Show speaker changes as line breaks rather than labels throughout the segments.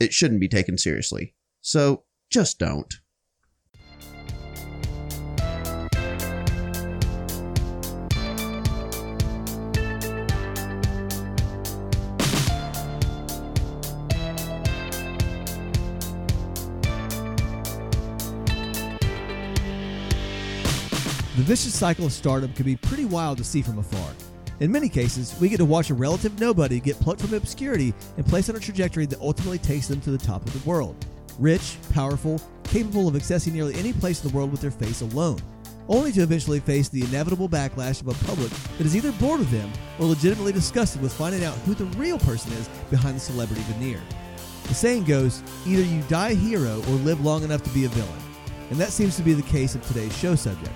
It shouldn't be taken seriously. So just don't.
The vicious cycle of stardom can be pretty wild to see from afar. In many cases, we get to watch a relative nobody get plucked from obscurity and placed on a trajectory that ultimately takes them to the top of the world. Rich, powerful, capable of accessing nearly any place in the world with their face alone, only to eventually face the inevitable backlash of a public that is either bored with them or legitimately disgusted with finding out who the real person is behind the celebrity veneer. The saying goes either you die a hero or live long enough to be a villain, and that seems to be the case of today's show subject.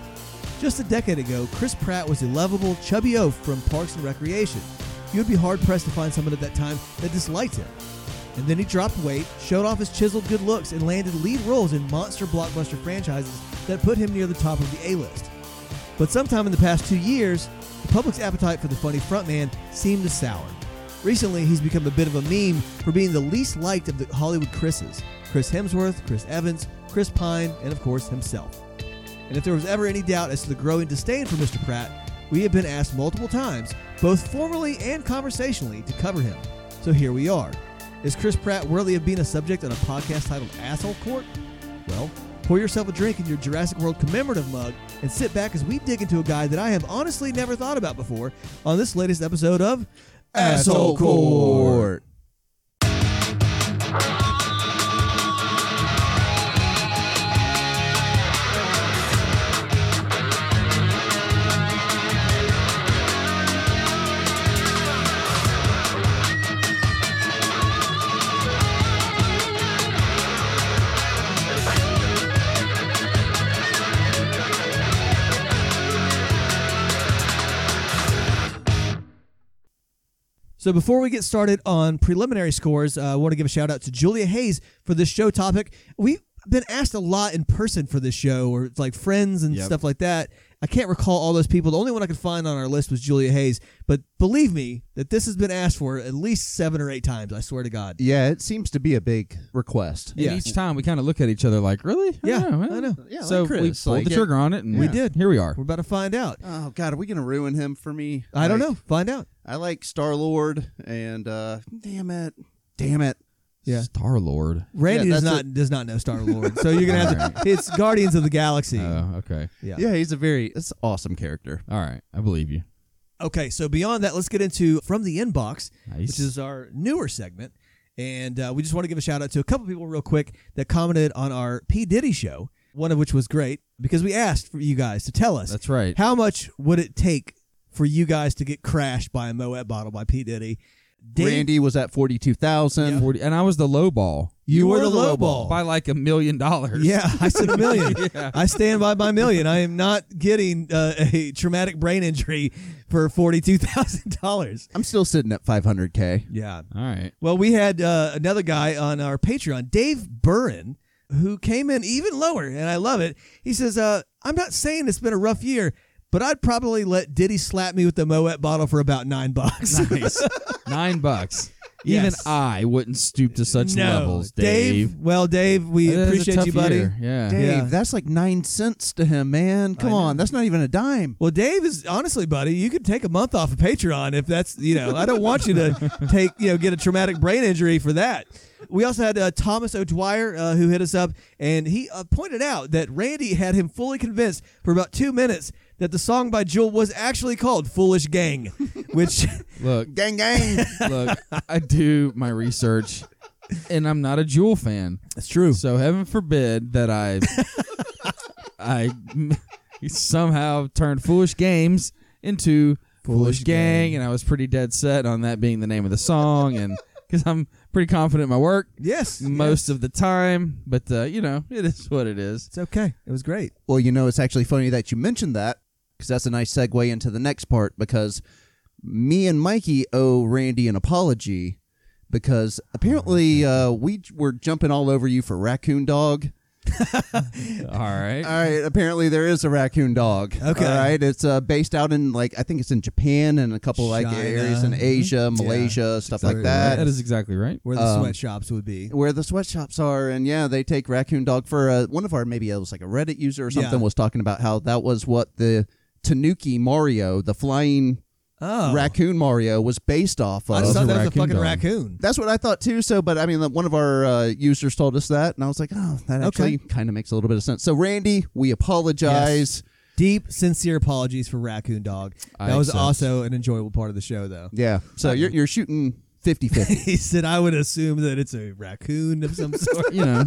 Just a decade ago, Chris Pratt was a lovable, chubby oaf from Parks and Recreation. You'd be hard pressed to find someone at that time that disliked him. And then he dropped weight, showed off his chiseled good looks, and landed lead roles in monster blockbuster franchises that put him near the top of the A list. But sometime in the past two years, the public's appetite for the funny frontman seemed to sour. Recently, he's become a bit of a meme for being the least liked of the Hollywood Chris's Chris Hemsworth, Chris Evans, Chris Pine, and of course, himself. And if there was ever any doubt as to the growing disdain for Mr. Pratt, we have been asked multiple times, both formally and conversationally, to cover him. So here we are. Is Chris Pratt worthy of being a subject on a podcast titled Asshole Court? Well, pour yourself a drink in your Jurassic World commemorative mug and sit back as we dig into a guy that I have honestly never thought about before on this latest episode of
Asshole Court.
So before we get started on preliminary scores, uh, I want to give a shout out to Julia Hayes for this show topic. We've been asked a lot in person for this show, or like friends and
Yep.
stuff like that. I can't recall all those people. The only one I could find on our list was Julia Hayes. But believe me, that this has been asked for at least seven or eight times. I swear to God.
Yeah, it seems to be a big request.
And
Yes.
each time we kind of look at each other like, really?
Yeah,
dunno,
I know.
Yeah,
so
like Chris,
we pulled
like-
the trigger on it, and
We
did.
Here we are.
We're about to find out.
Oh God, are we gonna ruin him for me?
I don't
Like,
know. Find out.
I like Star Lord, and uh, damn it, damn it.
Yeah.
Star Lord.
Randy
Yeah,
does
that's
not does not know Star Lord, so you're gonna have to. It's Guardians of the Galaxy.
Oh, okay.
Yeah, he's a very it's an awesome character.
All right. I believe you.
Okay, so beyond that, let's get into from the inbox,
Nice.
which is our newer segment, and uh, we just want to give a shout out to a couple people real quick that commented on our P Diddy show. One of which was great because we asked for you guys to tell us
That's right.
how much would it take for you guys to get crashed by a Moet bottle by P Diddy. Dave-
Randy was at forty two thousand.
40, and I was the low ball.
You were the low ball.
by like a million dollars.
Yeah, I said a million. I stand by my million. I am not getting uh, a traumatic brain injury for forty-two thousand dollars.
I'm still sitting at five hundred k.
Yeah,
All right.
Well, we had uh, another guy on our Patreon, Dave Burren, who came in even lower, and I love it. He says, uh, I'm not saying it's been a rough year, but I'd probably let Diddy slap me with the Moet bottle for about nine bucks.
Nice. Nine bucks. Even
Yes.
I wouldn't stoop to such
No.
levels, Dave.
Well, Dave, we
It is a
appreciate
tough
you, buddy.
year. Yeah.
Dave,
Yeah.
that's like nine cents to him, man. Come on, that's not even a dime.
Well, Dave is honestly, buddy, you could take a month off of Patreon if that's, you know, I don't want you to take, you know, get a traumatic brain injury for that. We also had uh, Thomas O'Dwyer uh, who hit us up, and he uh, pointed out that Randy had him fully convinced for about two minutes that the song by Jewel was actually called Foolish Gang, which,
Look,
Gang, gang.
look, I do my research, and I'm not a Jewel fan.
that's true.
So heaven forbid that I, I somehow turned Foolish Games into Foolish,
Foolish
Gang,
Gang.
and I was pretty dead set on that being the name of the song, and because I'm pretty confident in my work
Yes.
most of the time, but uh, you know, it is what it is.
It's okay. It was great.
Well, you know, it's actually funny that you mentioned that because that's a nice segue into the next part because me and Mikey owe Randy an apology because apparently uh, we j- were jumping all over you for raccoon dog.
All right.
All right, apparently there is a raccoon dog.
Okay.
All right, it's uh, based out in like I think it's in Japan and a couple like
China.
areas in Asia, Malaysia, stuff
exactly
like that.
that is exactly right.
Where the
Um,
sweatshops would be.
where the sweatshops are and yeah they take raccoon dog for uh, one of our maybe it was like a reddit user or something
Yeah.
was talking about how that was what the tanuki mario the flying
Oh.
raccoon mario was based off
I
of
just thought
Those
that was a
raccoon
fucking
dogs.
raccoon.
that's what i thought too so but i mean like, one of our uh, users told us that and i was like oh that actually kind of makes a little bit of sense so randy we apologize
Deep, sincere apologies for Raccoon Dog.
I
That was
accept.
also an enjoyable part of the show, though.
yeah so you're, you're shooting 50-50
He said, I would assume that it's a raccoon of some sort.
You know,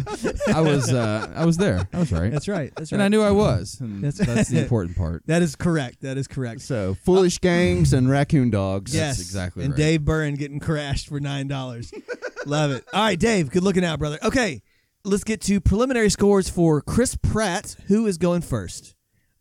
I was uh, I was there. I was right.
That's right. That's right.
and I knew I was. And
That's-
that's, the important part.
that is correct. That is correct.
so foolish gangs and raccoon dogs
yes.
exactly
And
right.
Dave Byrne getting crashed for $9. Love it. All right, Dave, good looking out, brother. Okay, let's get to preliminary scores for Chris Pratt. Who is going first?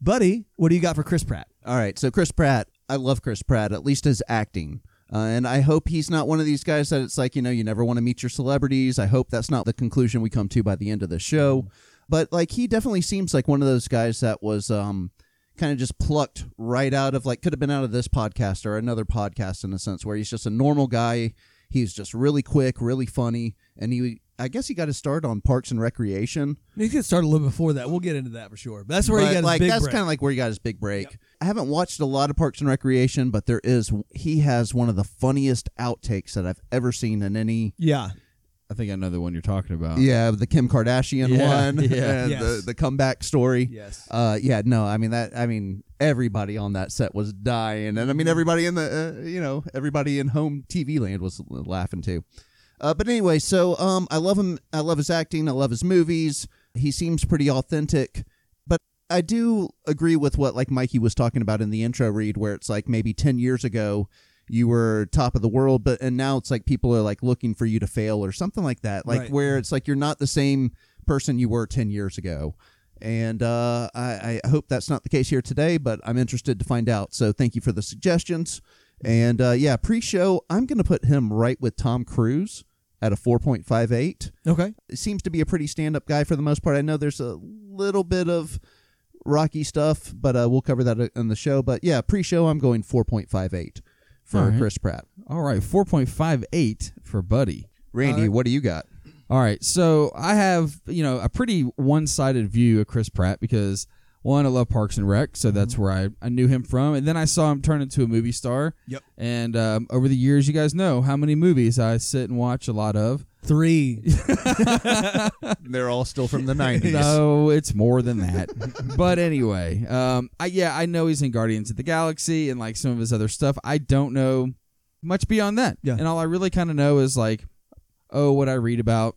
Buddy, what do you got for Chris Pratt?
All right, so Chris Pratt, I love Chris Pratt, at least his acting. Uh, and I hope he's not one of these guys that it's like, you know, you never want to meet your celebrities. I hope that's not the conclusion we come to by the end of the show. But, like, he definitely seems like one of those guys that was um, kind of just plucked right out of, like, could have been out of this podcast or another podcast in a sense, where he's just a normal guy. He's just really quick, really funny. And he, I guess he got his start on Parks and Recreation.
You could start a little before that. We'll get into that for sure. But that's where
But,
he got
like
his big
that's
break.
kind of like where he got his big break. I haven't watched a lot of Parks and Recreation, but there is he has one of the funniest outtakes that I've ever seen in any.
yeah.
I think I know the one you're talking about.
Yeah, the Kim Kardashian
Yeah,
one,
yeah.
and
Yes.
the, the comeback story.
Yes.
Uh, yeah, no, I mean that. I mean everybody on that set was dying, and I mean everybody in the uh, you know everybody in home TV land was laughing too. Uh, but anyway, so um, I love him. I love his acting. I love his movies. He seems pretty authentic. But I do agree with what like Mikey was talking about in the intro read, where it's like maybe ten years ago you were top of the world, but and now it's like people are like looking for you to fail or something like that. Like
Right.
where it's like you're not the same person you were ten years ago. And uh, I, I hope that's not the case here today, but I'm interested to find out. So thank you for the suggestions. And uh, yeah, pre-show, I'm going to put him right with Tom Cruise at a 4.58.
Okay.
Seems to be a pretty stand-up guy for the most part. I know there's a little bit of rocky stuff, but uh, we'll cover that in the show. But yeah, pre-show, I'm going 4.58 for
All right.
Chris Pratt.
All right, 4.58 for Buddy.
Randy, what do you got?
All right, so I have you know a pretty one-sided view of Chris Pratt because one, I love Parks and Rec, so that's where I, I knew him from, and then I saw him turn into a movie star.
Yep.
And um, over the years, you guys know how many movies I sit and watch a lot of.
Three.
They're all still from the 90s.
No, it's more than that. but anyway, um, I yeah, I know he's in Guardians of the Galaxy and like some of his other stuff. I don't know much beyond that.
Yeah.
And all I really kind of know is like, oh, what I read about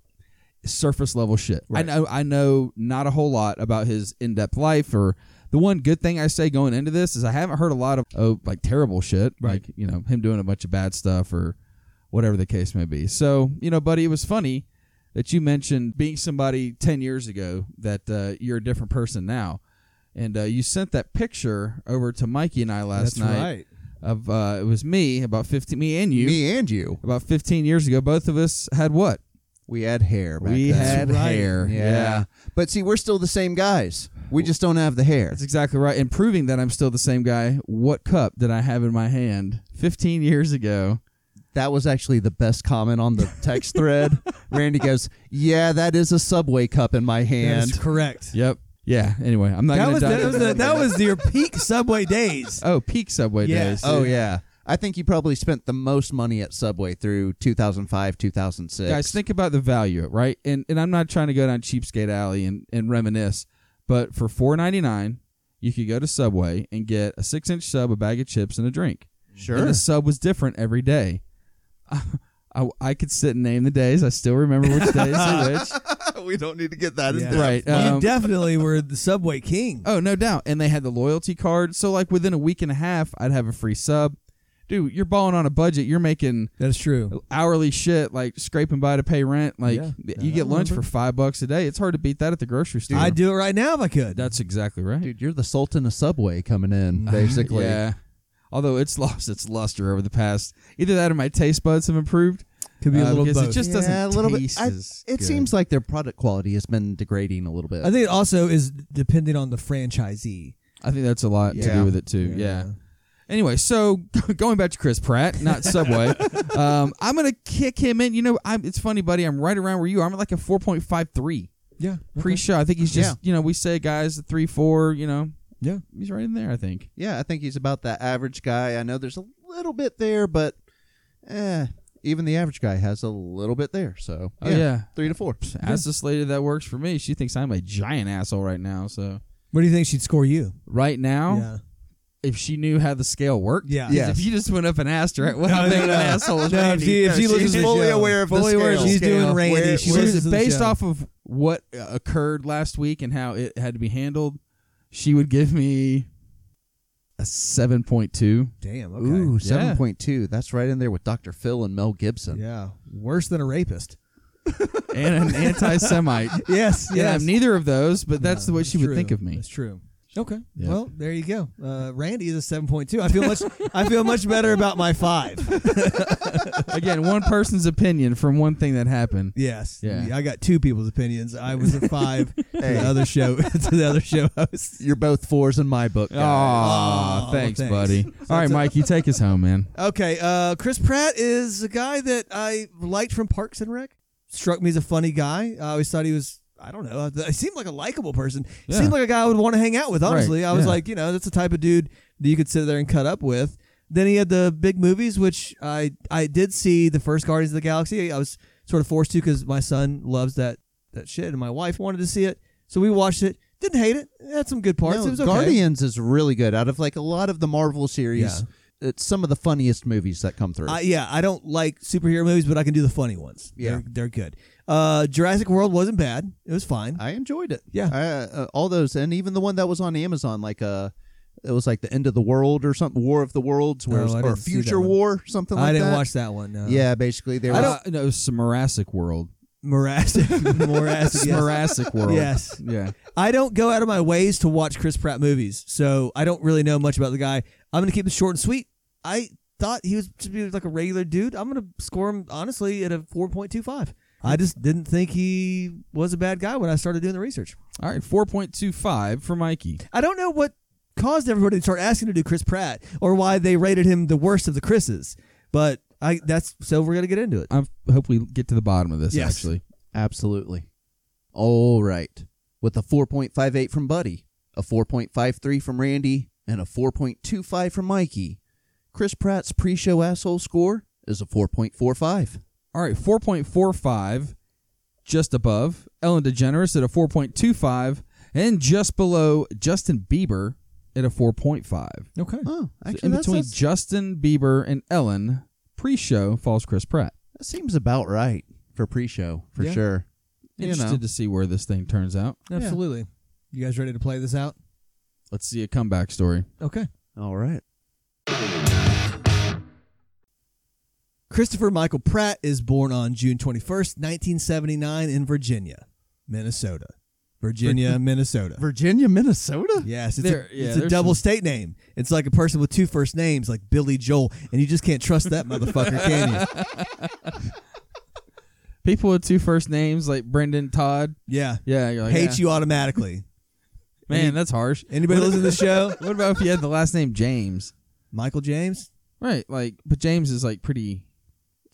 surface level shit.
Right.
I know I know not a whole lot about his in depth life or. The one good thing I say going into this is I haven't heard a lot of oh like terrible shit
Right.
like you know him doing a bunch of bad stuff or whatever the case may be. So, you know, buddy, it was funny that you mentioned being somebody 10 years ago that uh, you're a different person now. And uh, you sent that picture over to Mikey and I last
That's
night
right.
of uh, it was me about 15 me and you
Me and you.
about 15 years ago. Both of us had what?
We had hair back
we
then.
had
That's right.
hair.
Yeah. But see, we're still the same guys. We just don't have the hair.
That's exactly right. And proving that I'm still the same guy, what cup did I have in my hand 15 years ago?
That was actually the best comment on the text thread. Randy goes, "Yeah, that is a Subway cup in my
That
hand."
is correct.
Yep. Yeah. Anyway, I'm not
That
going
was,
to
that, was the, that was your peak Subway days.
Oh, peak Subway
Yeah.
days.
oh yeah. I think you probably spent the most money at Subway through 2005, 2006.
guys think about the value right and and i'm not trying to go down cheapskate alley and, and reminisce but for 4.99 you could go to subway and get a six inch sub a bag of chips and a drink and
sure.
the sub was different every day I, I could sit and name the days i still remember which days are which
we don't need to get that
Yeah.
in depth.
right
you
um,
definitely were the Subway king.
oh no doubt and they had the loyalty card so like within a week and a half i'd have a free sub dude, you're balling on a budget. You're making
That's true.
hourly shit, like scraping by to pay rent. Like
Yeah.
th-
Yeah,
you
I
get lunch for
remember.
five bucks a day. It's hard to beat that at the grocery store.
I'd do it right now if I could.
That's exactly right.
Dude, you're the Sultan of Subway coming in, basically.
Yeah. Although it's lost its luster over the past, either that or my taste buds have improved.
could be a
uh,
little
because
both.
it just
Yeah,
doesn't
a little bit.
taste
I-
as
It
good.
seems like their product quality has been degrading a little bit.
I think it also is dependent on the franchisee.
I think that's a lot to
Yeah.
do with it too. Yeah. Anyway, so going back to Chris Pratt, not Subway, um, I'm gonna kick him in. You know, I'm, it's funny, buddy. I'm right around where you are. I'm at like a 4.53
Yeah.
pre-show. I think he's just, you know, we say guys a three four. You know,
Yeah.
he's right in there. I think.
yeah, I think he's about that average guy. I know there's a little bit there, but eh, even the average guy has a little bit there. So
Oh, yeah.
three to four.
As this lady that works for me, she thinks I'm a giant asshole right now. So
What do you think she'd score you?
right now,
Yeah.
if she knew how the scale worked,
Yeah.
'Cause
Yeah.
If you just went up and asked her, what
No,
I'm
no,
thinking
no.
an asshole is
No, if
Randy.
she- if she
No,
listens to the show.
of
Fully aware of the
She's
scale.
doing Randy.
Where-
she
So
listens
is
to
it
the
based
show.
off of what uh, occurred last week and how it had to be handled? She would give me a seven point two.
Damn. Okay.
Ooh, seven point two. That's right in there with Dr. Phil and Mel Gibson.
Yeah. Worse than a rapist.
and an anti Semite.
Yes.
Yeah, I'm neither of those, but that's the way she would think of me.
That's true. Okay.
Yeah.
Well, there you go. Uh, Randy is a seven point two. I feel much. I feel much better about my five.
Again, one person's opinion from one thing that happened.
Yes.
Yeah.
I got two people's opinions. I was a five to the other show to the other show host.
You're both fours in my book.
Oh,
Aw,
thanks,
thanks.
buddy. All right, Mike, you take us home, man.
Okay. Uh, Chris Pratt is a guy that I liked from Parks and Rec. Struck me as a funny guy. I always thought he was. I don't know. I seemed like a likable person.
Yeah.
Seemed like a guy I would want to hang out with. Honestly,
Right,
I was
yeah.
like, you know, that's the type of dude that you could sit there and cut up with. Then he had the big movies, which I I did see the first Guardians of the Galaxy. I was sort of forced to because my son loves that that shit, and my wife wanted to see it, so we watched it. Didn't hate it. It had some good parts.
No,
it was okay.
Guardians is really good. Out of like a lot of the Marvel series, it's some of the funniest movies that come through.
I, yeah, I don't like superhero movies, but I can do the funny ones.
Yeah.
they're, they're good. Uh, Jurassic World wasn't bad. It was fine.
I enjoyed it.
Yeah.
I, uh, all those, and even the one that was on Amazon, like uh, it was like the end of the world or something, War of the Worlds, where
Oh,
it was-
I
or
didn't see that
Future
one.
War, something like
I
that.
didn't watch that one. No.
Yeah, basically there
I
was.
don't-
Uh, no, it's Morassic World.
Morassic. Morassic. yes.
Morassic World.
Yes.
Yeah.
I don't go out of my ways to watch Chris Pratt movies, so I don't really know much about the guy. I'm gonna keep it short and sweet. I thought he was to be like a regular dude. I'm gonna score him honestly at a 4.25. I just didn't think he was a bad guy when I started doing the research.
All right, 4.25 for Mikey.
I don't know what caused everybody to start asking to do Chris Pratt or why they rated him the worst of the Chris's, but I that's so we're gonna get into it.
I hope we get to the bottom of this,
Yes.
actually.
Absolutely. All right. With a 4.58 from Buddy, a 4.53 from Randy, and a 4.25 from Mikey, Chris Pratt's pre show asshole score is a 4.45.
All right, 4.45, just above Ellen DeGeneres at a 4.25, and just below Justin Bieber at a 4.5. So
Okay.
Oh, actually,
in
that's-
between
that's-
Justin Bieber and Ellen, pre show falls Chris Pratt.
that seems about right for pre show, for
Yeah.
sure. You
Interested
know.
to see where this thing turns out.
Absolutely. You guys ready to play this out?
Let's see a comeback story.
Okay.
All right.
Christopher Michael Pratt is born on June 21st, 1979 in Virginia, Minnesota. Virginia, Minnesota.
Virginia, Minnesota?
Yes, it's
There-
a,
yeah,
it's a
there's
double state name. It's like a person with two first names, like Billy Joel, and you just can't trust that motherfucker, can you?
People with two first names like Brendan Todd.
Yeah,
Yeah, you're like,
hates
Oh, yeah.
you automatically.
Man, that's harsh.
Anybody listen to the show?
What about if you had the last name James?
Michael James,
Right, like, but James is like pretty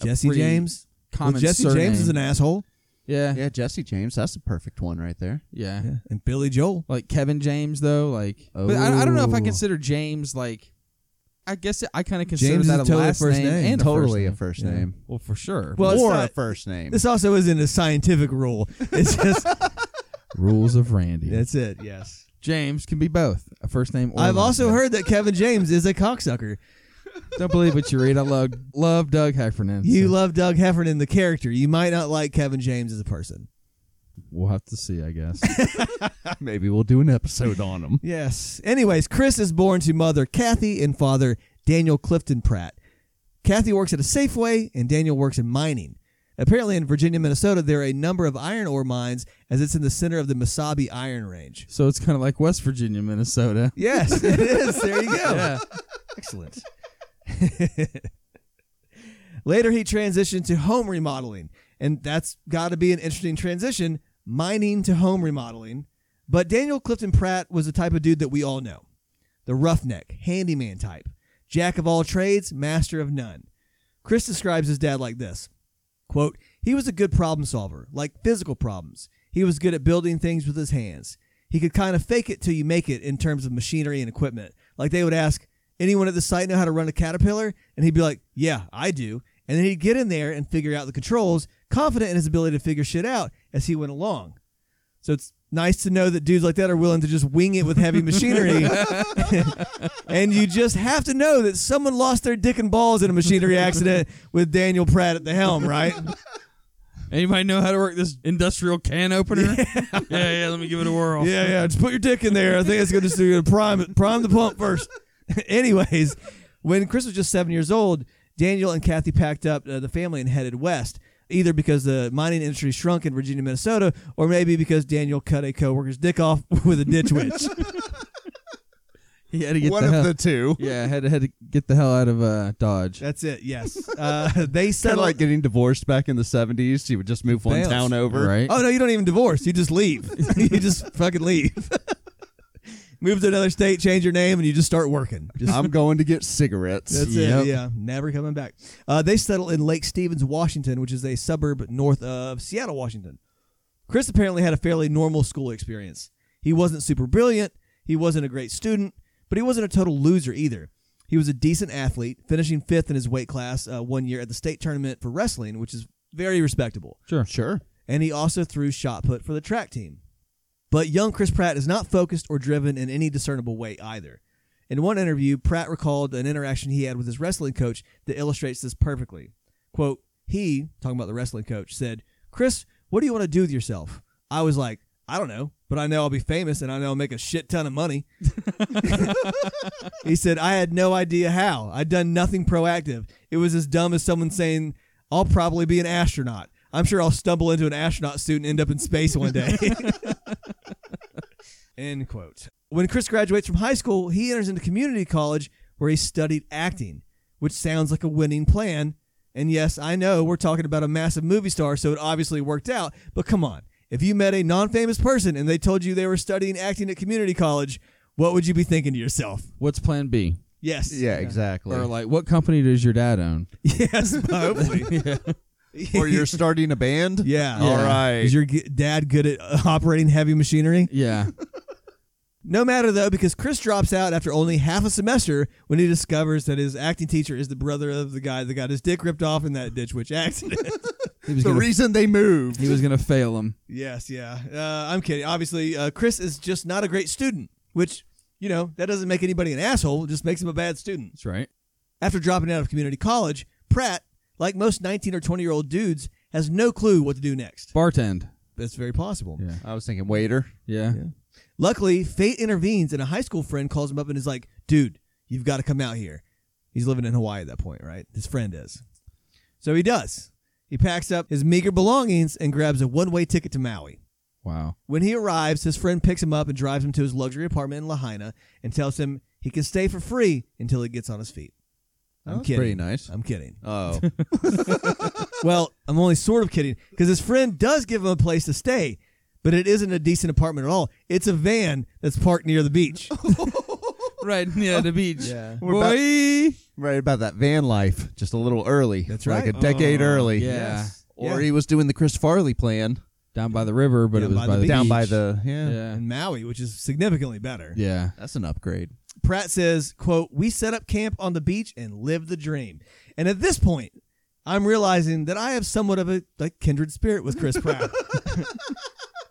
a
Jesse
pretty
James. Well,
Common
Jesse
surname.
James is an asshole,
yeah, yeah,
Yeah, Jesse James. That's the perfect one right there.
yeah. and Billy Joel.
Like Kevin James though, like, but I, I don't know if I
Oh.
consider James like. I guess I kind of consider
James
that
is
a
totally
last
first
name,
name.
and
totally
a first name.
first
Yeah.
name.
Well, for sure.
Well, it's
or
not-
a first name.
This also isn't a scientific rule. It's just
rules of Randy.
that's it. Yes.
James can be both a first name. or
I've
last
also
name.
heard that Kevin James is a cocksucker.
Don't believe what you read. I love love Doug Heffernan.
You
so
love Doug Heffernan, the character. You might not like Kevin James as a person.
we'll have to see. I guess.
Maybe we'll do an episode on him.
Yes. Anyways, Chris is born to mother Kathy and father Daniel Clifton Pratt. Kathy works at a Safeway, and Daniel works in mining. Apparently, in Virginia, Minnesota, there are a number of iron ore mines, as it's in the center of the Mesabi Iron Range.
So it's kind of like West Virginia, Minnesota.
Yes, it is. There you go.
Yeah.
Excellent. Later, he transitioned to home remodeling, and that's got to be an interesting transition mining to home remodeling. But Daniel Clifton Pratt was the type of dude that we all know the roughneck, handyman type, jack of all trades, master of none. Chris describes his dad like this quote, He was a good problem solver, like physical problems. He was good at building things with his hands. He could kind of fake it till you make it in terms of machinery and equipment. Like they would ask, anyone at the site know how to run a caterpillar? And he'd be like, yeah, I do. And then he'd get in there and figure out the controls, confident in his ability to figure shit out as he went along. So it's nice to know that dudes like that are willing to just wing it with heavy machinery. and you just have to know that someone lost their dick and balls in a machinery accident with Daniel Pratt at the helm, right?
Anybody know how to work this industrial can opener? Yeah, yeah, let me give it a whirl.
Yeah, yeah. Just put your dick in there. I think it's going to do prime it- prime the pump first. Anyways, when Chris was just seven years old, Daniel and Kathy packed up uh, the family and headed west, either because the mining industry shrunk in Virginia, Minnesota, or maybe because Daniel cut a coworker's dick off with a ditch witch.
He had to get
One
the
of
hell.
the two.
yeah, had to, had to get the hell out of uh, Dodge.
That's it. Yes, uh, they
Kind of
settled.
like getting divorced back in the 70s. You would just move one
Fails.
town over.
Right?
oh no, you don't even divorce. You just leave. you just fucking leave. Move to another state, change your name, and you just start working. Just
I'm going to get cigarettes.
That's
Yep.
it. Yeah, never coming back. Uh, they settled in Lake Stevens, Washington, which is a suburb north of Seattle, Washington. Chris apparently had a fairly normal school experience. He wasn't super brilliant. He wasn't a great student, but he wasn't a total loser either. He was a decent athlete, finishing fifth in his weight class uh, one year at the state tournament for wrestling, which is very respectable
Sure.
Sure.
and he also threw shot put for the track team. But young Chris Pratt is not focused or driven in any discernible way either. In one interview, Pratt recalled an interaction he had with his wrestling coach that illustrates this perfectly. Quote, he, talking about the wrestling coach, said, Chris, what do you want to do with yourself? I was like, I don't know, but I know I'll be famous and I know I'll make a shit ton of money. he said, I had no idea how. I'd done nothing proactive. It was as dumb as someone saying, I'll probably be an astronaut. I'm sure I'll stumble into an astronaut suit and end up in space one day. End quote. When Chris graduates from high school, he enters into community college where he studied acting, which sounds like a winning plan. And yes, I know we're talking about a massive movie star, so it obviously worked out, but come on. If you met a non famous person and they told you they were studying acting at community college, what would you be thinking to yourself?
What's Plan B?
Yes.
Yeah, exactly.
Or like, what company does your dad own?
Yes, hopefully.
or you're starting a band.
Yeah.
All
Yeah.
right.
Is your g- dad good at uh, operating heavy machinery?
Yeah.
No matter though, because Chris drops out after only half a semester when he discovers that his acting teacher is the brother of the guy that got his dick ripped off in that ditch witch accident.
He was
the
gonna,
reason they moved.
he was gonna fail him.
yes, yeah. Uh, I'm kidding. Obviously, uh, Chris is just not a great student, which, you know, that doesn't make anybody an asshole, it just makes him a bad student.
That's right.
After dropping out of community college, Pratt, like most 19 or 20 year old dudes, has no clue what to do next.
Bartend.
That's very possible.
Yeah.
I was thinking waiter.
Yeah.
Luckily, fate intervenes, and a high school friend calls him up and is like, "Dude, you've got to come out here." He's living in Hawaii at that point, right? His friend is. So he does. He packs up his meager belongings and grabs a one-way ticket to Maui.
Wow.
When he arrives, his friend picks him up and drives him to his luxury apartment in Lahaina and tells him he can stay for free until he gets on his feet. I'm
That's
kidding.
Pretty nice.
I'm kidding.
Oh,
Well, I'm only sort of kidding because his friend does give him a place to stay, but it isn't a decent apartment at all. It's a van that's parked near the beach.
Right. Yeah. The beach.
Yeah.
We're about-
Boy.
right about that van life. Just a little early.
That's
Like
right.
a decade
Oh,
early.
yeah.
Or
Yeah.
he was doing the Chris Farley plan
Down by the river, but
Yeah,
it was
by
by,
the
the,
beach.
down
beach.
by the yeah.
Yeah.
in Maui, which is significantly better.
Yeah.
That's an upgrade.
Pratt says, quote, We set up camp on the beach and lived the dream. And at this point, I'm realizing that I have somewhat of a like kindred spirit with Chris Pratt.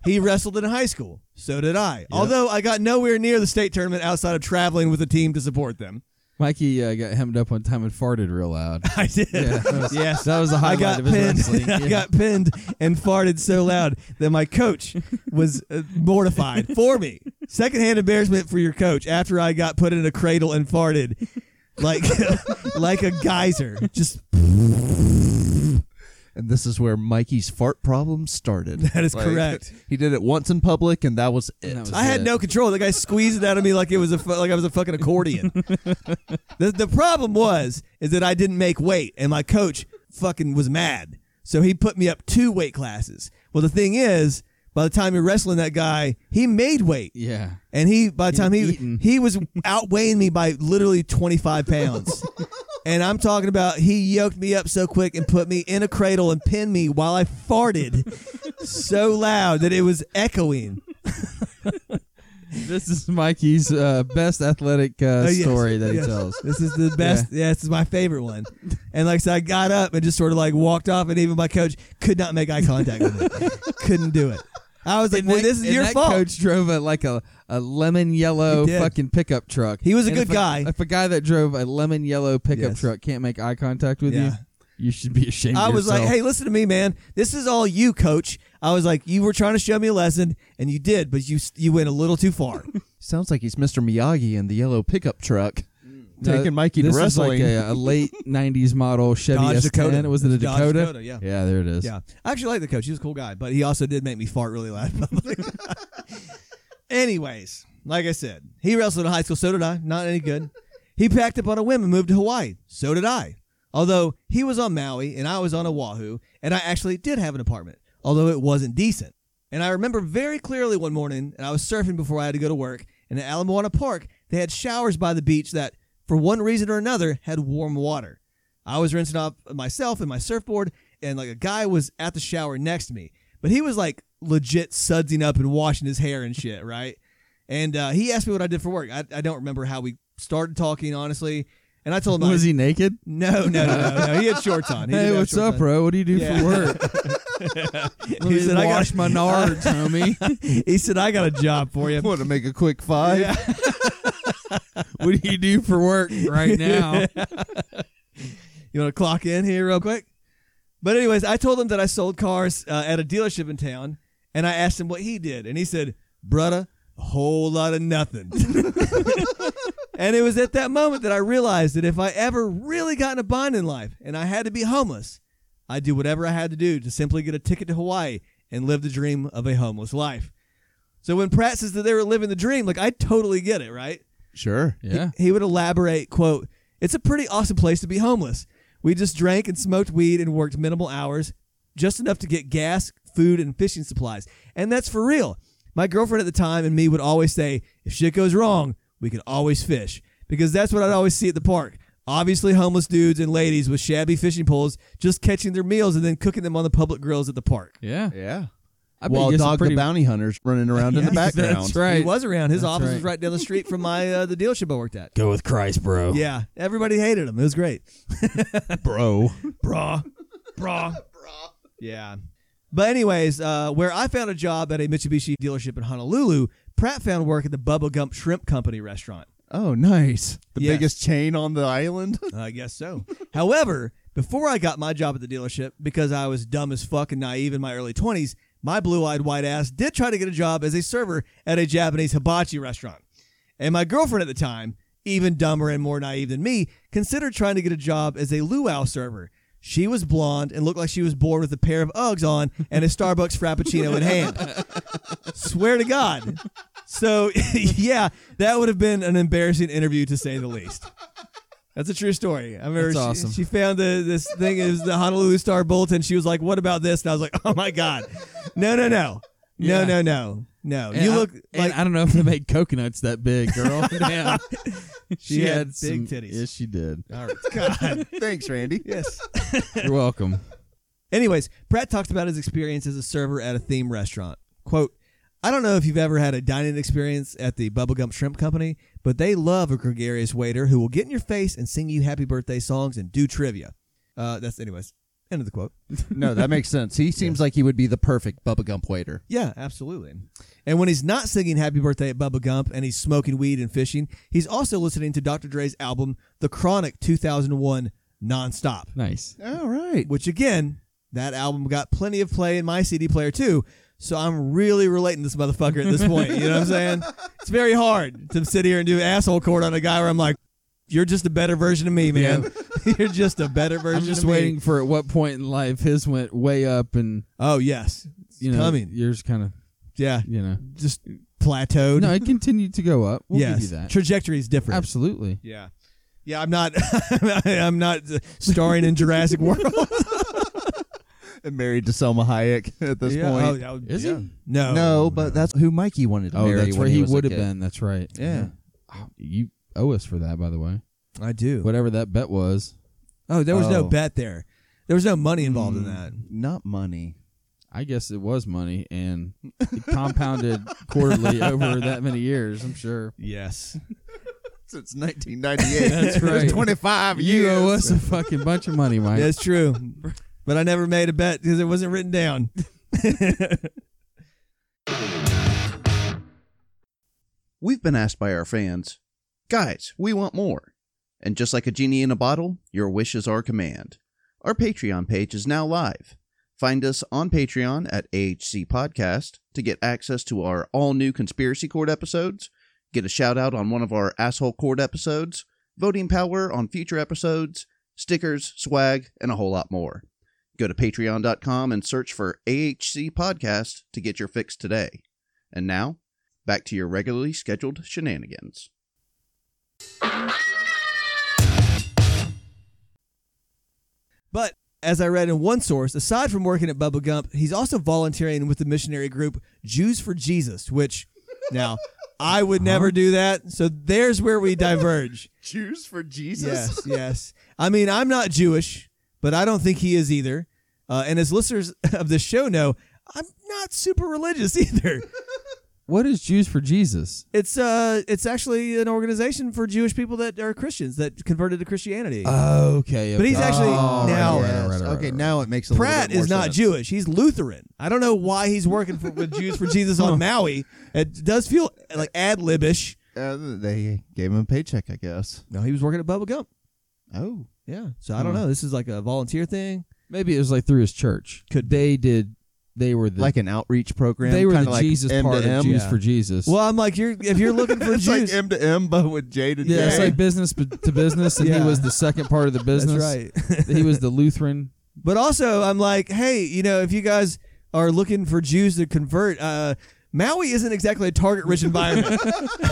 he wrestled in high school. So did I. Although I got nowhere near the state tournament outside of traveling with a team to support them.
Mikey uh, got hemmed up one time and farted real loud.
I did.
Yeah. That was,
Yes.
That was the
I
highlight
got
of his
pinned.
wrestling.
I
Yeah.
got pinned and farted so loud that my coach was uh, mortified for me. Secondhand embarrassment for your coach after I got put in a cradle and farted. like like a geyser. Just
And this is where Mikey's fart problem started.
that is correct.
He did it once in public, and that was it.
that was
I had
it.
no control. The guy squeezed it out of me like it was a fu- like I was a fucking accordion. the, the problem was is that I didn't make weight, and my coach fucking was mad. So he put me up two weight classes. Well, the thing is, by the time you're wrestling that guy, he made weight,
Yeah.
and he by the time he
eaten.
he was outweighing me by literally 25 pounds. And I'm talking about he yoked me up so quick and put me in a cradle and pinned me while I farted so loud that it was echoing.
This is Mikey's uh, best athletic uh,
Oh, yes.
story that
Yes.
he tells.
This is the best. Yeah. this is my favorite one. And like so I got up and just sort of like walked off, and even my coach could not make eye contact with me. Couldn't do it. I was like,
And
"Well,
that-
this is
and
your
that
fault."
Coach drove a, like a, a lemon yellow
He did.
fucking pickup truck.
He was a
And
good
if
guy.
If a guy that drove a lemon yellow pickup
Yes.
truck can't make eye contact with
Yeah.
you, you should be ashamed.
I
of
was like,
yourself.
"Hey, listen to me, man. This is all you, coach." I was like, "You were trying to show me a lesson, and you did, but you you went a little too far."
Sounds like he's Mr. Miyagi in the yellow pickup truck,
No,
taking Mikey to
Mm. Uh, this is like
wrestling.
a, a late '90s model Chevy
Dodge
S10.
Dakota.
It was it a
Dodge
Dakota?
Dakota, yeah.
yeah, there it is.
Yeah, I actually like the coach. He was a cool guy, but he also did make me fart really loud. in public. Anyways, like I said, he wrestled in high school. So did I. Not any good. He packed up on a whim and moved to Hawaii. So did I. Although he was on Maui and I was on Oahu, and I actually did have an apartment, although it wasn't decent. And I remember very clearly one morning, and I was surfing before I had to go to work, and at Alamoana Park, they had showers by the beach that, for one reason or another, had warm water. I was rinsing off myself and my surfboard, and like a guy was at the shower next to me, but he was like legit sudsing up and washing his hair and shit, right? And uh, he asked me what I did for work. I, I don't remember how we started talking, honestly. And I told him, I-
Was he naked?
no, no, no, no, no. He had shorts on. He did
Hey,
have
what's
shorts
up,
on.
bro? What do you do
Yeah.
for work? Let me
said, "I
wash my nards, homie.
He said, I got a job for you.
Want to make a quick five?
Yeah.
What do you do for work right now?
You want to clock in here real quick? But anyways, I told him that I sold cars uh, at a dealership in town, and I asked him what he did, and he said, "Brother, a whole lot of nothing." and it was at that moment that I realized that if I ever really got in a bind in life and I had to be homeless, I'd do whatever I had to do to simply get a ticket to Hawaii and live the dream of a homeless life. So when Pratt says that they were living the dream, like I totally get it, right?
Sure.
Yeah.
he would elaborate quote it's a pretty awesome place to be homeless we just drank and smoked weed and worked minimal hours just enough to get gas food and fishing supplies and that's for real my girlfriend at the time and me would always say if shit goes wrong we can always fish because that's what i'd always see at the park obviously homeless dudes and ladies with shabby fishing poles just catching their meals and then cooking them on the public grills at the park
Yeah.
Yeah.
I bet
While
you get some
dog
pretty-
the bounty hunter's running around in the background.
That's right.
he was around his
That's
office was
right.
right down the street from my uh, the dealership i worked at
Go with Christ, bro.
yeah everybody hated him it was great
bro.
brah, brah, Yeah. But anyways, uh, where I found a job at a Mitsubishi dealership in Honolulu, Pratt found work at the Bubba Gump Shrimp Company restaurant.
Oh, nice. The
Yes.
biggest chain on the island.
I guess so. However, before I got my job at the dealership, because I was dumb as fuck and naive in my early 20s, my blue eyed white ass did try to get a job as a server at a Japanese hibachi restaurant. And my girlfriend at the time, even dumber and more naive than me, considered trying to get a job as a luau server. She was blonde and looked like she was born with a pair of Uggs on and a Starbucks Frappuccino in hand. Swear to God. So, yeah, that would have been an embarrassing interview to say the least. That's a true story. I remember
That's
she-
awesome.
she, found the, this thing, it was the Honolulu Star Bulletin. She was like, What about this? And I was like, Oh my God. No, no, no. No,
Yeah.
no, no. No.
And
you
I-
look
and
like
I don't know if they made coconuts that big, girl. Damn. She,
had
had
big
some-
titties.
Yes, she did.
All right. God.
Thanks, Randy.
yes.
You're welcome.
Anyways, Pratt talks about his experience as a server at a theme restaurant. Quote, I don't know if you've ever had a dining experience at the Bubblegum Shrimp Company, but they love a gregarious waiter who will get in your face and sing you happy birthday songs and do trivia. Uh, that's, anyways, end of the quote.
no, that makes sense. He seems like he would be the perfect Bubba Gump waiter.
Yeah, absolutely. And when he's not singing Happy Birthday at Bubba Gump and he's smoking weed and fishing, he's also listening to Dr. Dre's album, The Chronic 2001, nonstop.
Nice.
All right.
which again, that album got plenty of play in my CD player too. So I'm really relating to this motherfucker at this point. You know what I'm saying? It's very hard to sit here and do asshole court on a guy where I'm like, you're just a better version of me, man. you're just a better version.
I'm just
of me.
waiting for at what point in life his went way up and
Oh yes,
you know
coming.
yours kind of
yeah,
you know
just plateaued.
no it continued to go up. We'll
yes,
give you that.
trajectory is different.
Absolutely.
Yeah, yeah. I'm not. I'm not starring in Jurassic World.
And married to Selma Hayek at this
Yeah.
point.
Oh, that would-
Is
yeah.
he?
No.
no, but that's who Mikey wanted to
Oh,
marry.
that's
when
where he
was a
would have
kid.
been. That's right.
Yeah.
Oh, You owe us for that, by the way.
I do.
Whatever that bet was,
Oh, there was no
Oh.
bet there. There was no money involved in
Hmm.
Mm,
that.
Not money.
I guess it was money and it compounded quarterly over that many years. I'm sure.
Yes.
Since 1998.
That's right.
25
You
years.
owe us a fucking bunch of money, Mike.
That's true. But I never made a bet because it wasn't written down.
We've been asked by our fans, guys, we want more. And just like a genie in a bottle, your wish is our command. Our Patreon page is now live. Find us on Patreon at AHC Podcast to get access to our all new Conspiracy Court episodes, get a shout out on one of our Asshole Court episodes, voting power on future episodes, stickers, swag, and a whole lot more. Go to patreon.com and search for AHC Podcast to get your fix today. And now, back to your regularly scheduled shenanigans.
But as I read in one source, aside from working at Bubba Gump, he's also volunteering with the missionary group Jews for Jesus, which now I would never do that. So there's where we diverge.
Jews for Jesus?
yes, yes. I mean, I'm not Jewish, but I don't think he is either. Uh, and as listeners of this show know, I'm not super religious either.
What is Jews for Jesus?
It's uh, it's actually an organization for Jewish people that are Christians that converted to Christianity.
Okay,
But he's actually-
Oh, right,
now-
right, right, right, right,
okay,
right.
now it makes a
Pratt
little bit more
is not
sense.
Jewish. He's Lutheran. I don't know why he's working for, with Jews for Jesus on Maui. It does feel like ad libish.
Uh, they gave him a paycheck, I guess.
No, he was working at Bubba Gump.
Oh,
Yeah. So I don't know. This is like a volunteer thing.
Maybe it was like through his church. Could they did they were the
like an outreach program.
they were
kinda
the
like
Jesus
M
part
to
of
M.
Jews
Yeah.
for Jesus.
Well, I'm like, you're if you're looking for
It's
Jews,
like M to M, but with J to J.
yeah, it's like business b- to business, and
Yeah.
he was the second part of the
that's
business.
right.
He was the Lutheran.
But also, I'm like, hey, you know, if you guys are looking for Jews to convert, uh, Maui isn't exactly a target-rich environment.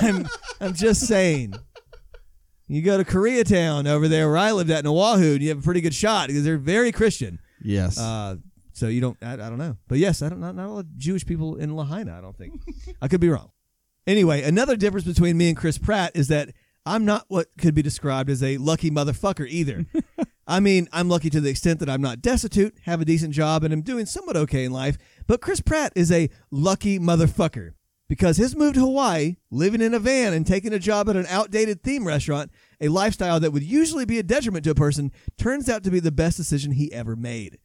I'm, I'm just saying. You go to Koreatown over there where I lived at in Oahu, and you have a pretty good shot because they're very Christian.
Yes.
Uh, so you don't, I, I don't know. But yes, I don't, not, not a lot of Jewish people in Lahaina, I don't think. I could be wrong. Anyway, another difference between me and Chris Pratt is that I'm not what could be described as a lucky motherfucker either. I mean, I'm lucky to the extent that I'm not destitute, have a decent job, and am doing somewhat okay in life, but Chris Pratt is a lucky motherfucker. Because his move to Hawaii, living in a van, and taking a job at an outdated theme restaurant, a lifestyle that would usually be a detriment to a person, turns out to be the best decision he ever made.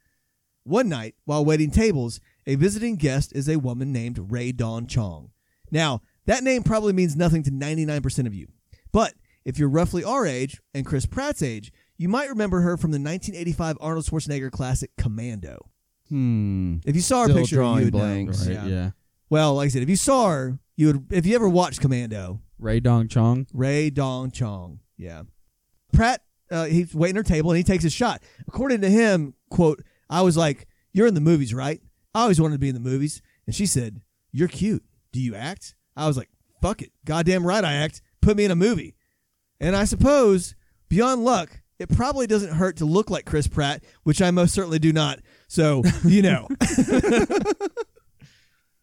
One night, while waiting tables, a visiting guest is a woman named Ray Dawn Chong. Now, that name probably means nothing to 99% of you. But if you're roughly our age and Chris Pratt's age, you might remember her from the 1985 Arnold Schwarzenegger classic Commando.
hmm.
If you saw her
Still
picture, you
drawing
would know.
blanks.
right,
Yeah.
yeah.
Well, like I said, if you saw her, you would. If you ever watched Commando,
Ray Dong Chong.
Ray Dong Chong. Yeah. Pratt, uh, he's waiting at her table and he takes a shot. According to him, quote, I was like, You're in the movies, right? I always wanted to be in the movies. And she said, You're cute. Do you act? I was like, Fuck it. Goddamn right I act. Put me in a movie. And I suppose, beyond luck, it probably doesn't hurt to look like Chris Pratt, which I most certainly do not. So, you know.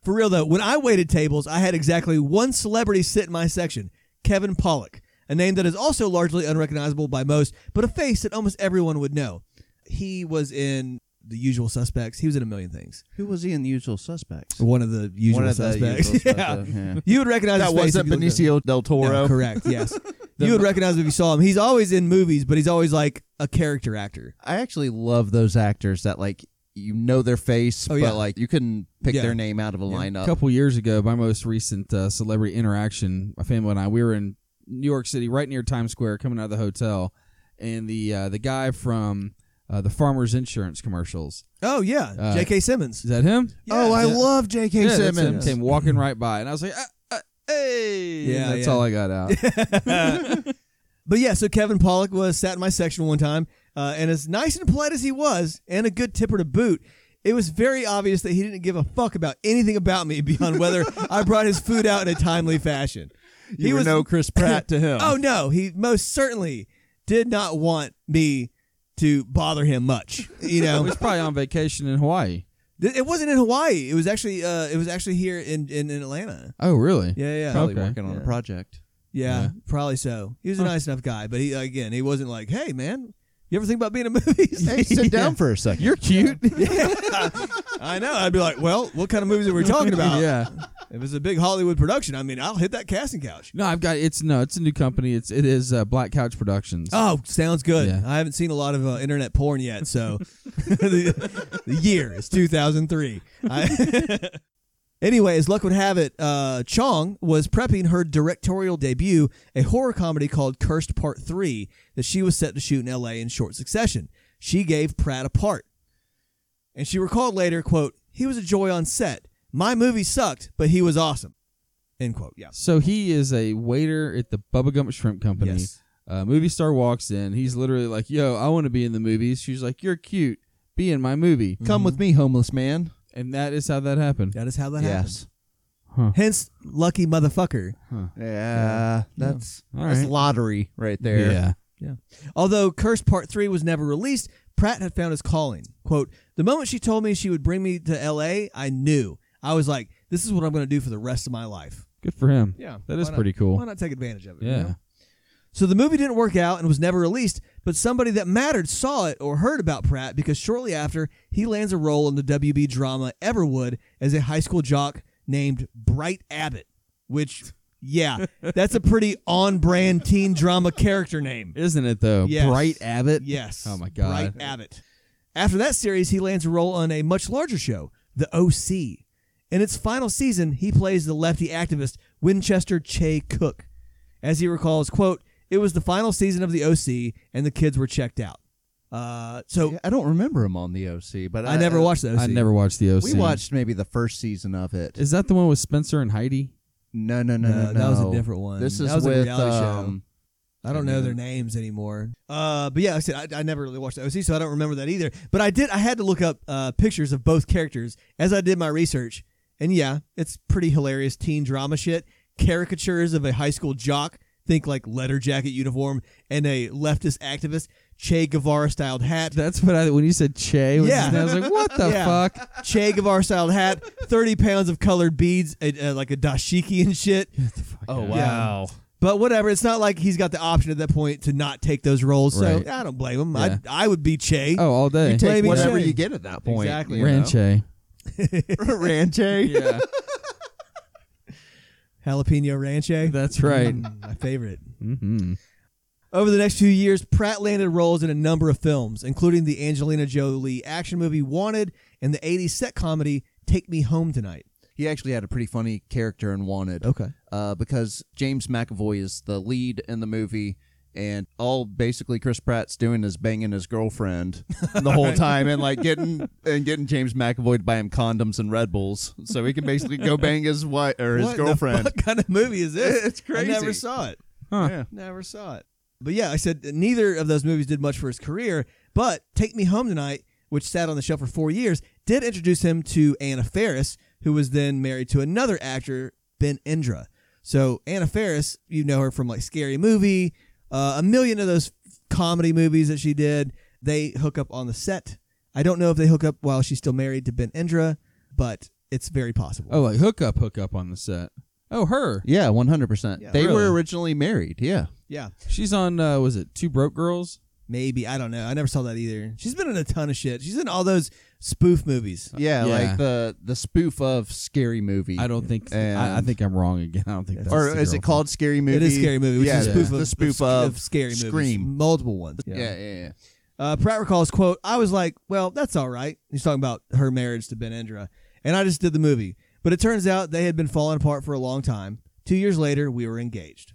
For real though, when I waited tables, I had exactly one celebrity sit in my section Kevin Pollock, a name that is also largely unrecognizable by most, but a face that almost everyone would know. He was in The Usual Suspects, he was in a million things.
Who was he in The Usual Suspects?
One of the usual
One of the
suspects.
Usual
yeah.
Suspects, yeah.
You would recognize
That
his face
wasn't
if you looked at-
Benicio del Toro.
No, correct, yes. you would recognize him if you saw him. He's always in movies, but he's always like a character actor.
I actually love those actors that like you know their face,
Oh, yeah.
but like you couldn't pick
Yeah.
their name out of a lineup.
A couple years ago, my most recent uh, celebrity interaction, my family and I, we were in New York City, right near Times Square, coming out of the hotel, and the uh, the guy from uh, the Farmers Insurance commercials.
Oh, yeah.
Uh,
J.K. Simmons.
Is that him?
oh, I
Yeah.
love J.K.
yeah, that's
Simmons.
him came walking right by, and I was like, ah, ah, "Hey!"
Yeah,
and that's
yeah.
all I got out.
but But yeah, so Kevin Pollock was sat in my section one time, uh, and as nice and polite as he was, and a good tipper to boot, it was very obvious that he didn't give a fuck about anything about me beyond whether I brought his food out in a timely fashion.
You were no Chris Pratt to him.
Oh no, he most certainly did not want me to bother him much. You
He
know,
was probably on vacation in Hawaii.
Th- it wasn't in Hawaii. It was actually uh, it was actually here in, in, in Atlanta.
Oh, really?
Yeah, yeah,
Probably
Okay.
working on a
Yeah.
project.
yeah,
Yeah.
probably so. He was a nice enough guy, but he again, he wasn't like, hey man, you ever think about being in movies?
Hey, sit down for a second.
You're cute.
I know. I'd be like, well, what kind of movies are we talking about?
yeah.
If it's a big Hollywood production, I mean, I'll hit that casting couch.
No, I've got it's no, it's a new company. It's it is uh, Black Couch Productions.
Oh, sounds good.
Yeah.
I haven't seen a lot of uh, internet porn yet, so the, the year is 2003. I- anyway, as luck would have it, uh, Chong was prepping her directorial debut, a horror comedy called Cursed Part 3, that she was set to shoot in LA in short succession. She gave Pratt a part. And she recalled later, quote, he was a joy on set. My movie sucked, but he was awesome. End quote. Yeah.
So he is a waiter at the Bubba Gump Shrimp Company.
Yes.
Uh, movie star walks in. He's literally like, "Yo, I want to be in the movies." She's like, "You're cute. Be in my movie."
Mm.
Come with me, homeless man.
And that is how that happened.
That is how that happened.
yes.
Hence, lucky motherfucker.
Yeah, that's
All
that's
right.
lottery right there.
Yeah.
Yeah. Although Curse Part 3 was never released, Pratt had found his calling. Quote, The moment she told me she would bring me to LA, I knew. I was like, this is what I'm going to do for the rest of my life.
Good for him. That
why
is
not-
pretty cool.
Why not take advantage of it? you
Yeah.
know? So the movie didn't work out and was never released, but somebody that mattered saw it or heard about Pratt because shortly after, he lands a role in the WB drama Everwood as a high school jock named Bright Abbott, which, yeah, that's a pretty on brand teen drama character name.
Isn't it though?
Yes.
Bright Abbott.
Yes.
Oh, my God.
Bright Abbott. After that series, he lands a role on a much larger show, The OC. In its final season, he plays the lefty activist Winchester Che Cook. As he recalls, quote, "It was the final season of The OC, and the kids were checked out." Uh, so
Yeah, I don't remember him on the OC, but
I never watched The OC.
I never watched the OC.
We watched maybe the first season of it.
Is that the one with Spencer and Heidi?
No, no, no,
No,
no, no.
that was a different one.
This
That
is
was a
with
reality show.
um,
I don't know their names anymore. Uh, but yeah, like I said I, I never really watched the OC, so I don't remember that either. But I did. I had to look up uh, pictures of both characters as I did my research, and yeah, it's pretty hilarious teen drama shit. Caricatures of a high school jock, think like letter jacket uniform, and a leftist activist Che Guevara styled hat.
That's what I when you said Che. Was
Yeah.
his name, I was like, what the
Yeah.
fuck?
Che Guevara styled hat, thirty pounds of colored beads, uh, uh, like a dashiki and shit.
Oh
Yeah.
wow!
But whatever, it's not like he's got the option at that point to not take those roles. So
Right.
I don't blame him.
Yeah.
I I would be Che.
Oh, all day.
You take
Blaming
whatever
Shane.
you get at that point.
Exactly.
you know?
Ranche.
Ranche.
Yeah.
Jalapeno Ranche.
That's right.
Mm, my favorite.
hmm
Over the next few years, Pratt landed roles in a number of films, including the Angelina Jolie action movie Wanted and the 80s set comedy Take Me Home Tonight.
He actually had a pretty funny character in Wanted.
Okay.
uh, because James McAvoy is the lead in the movie, and all basically Chris Pratt's doing is banging his girlfriend the whole time, and like getting and getting James McAvoy to buy him condoms and Red Bulls, so he can basically go bang his wife or his
what
girlfriend.
The fuck kind of movie is this?
It's
I never
crazy.
saw it.
Yeah.
Never saw it. But yeah, I said neither of those movies did much for his career, but Take Me Home Tonight, which sat on the shelf for four years, did introduce him to Anna Faris, who was then married to another actor, Ben Indra. So Anna Faris, you know her from like Scary Movie, uh, a million of those comedy movies that she did. They hook up on the set. I don't know if they hook up while she's still married to Ben Indra, but it's very possible.
Oh, like hook up, hook up on the set. Oh, her.
Yeah, one hundred percent.
Yeah.
They
Really?
were originally married. Yeah,
yeah,
She's on. Uh, was it Two Broke Girls?
maybe I don't know. I never saw that either. She's been in a ton of shit. She's in all those spoof movies.
yeah,
Yeah.
like the the spoof of Scary Movie.
I don't think. I, I
And-
think I'm wrong again. I don't think that's.
or
the
is it
girlfriend.
called Scary Movie?
It is scary movie, which
yeah,
is a spoof
the
of
spoof
of,
of,
scary movies,
Scream.
multiple ones.
Yeah, yeah, yeah.
Uh, Pratt recalls, "quote I was like, well, that's all right." He's talking about her marriage to Ben Endra, and I just did the movie. But it turns out they had been falling apart for a long time. Two years later, we were engaged.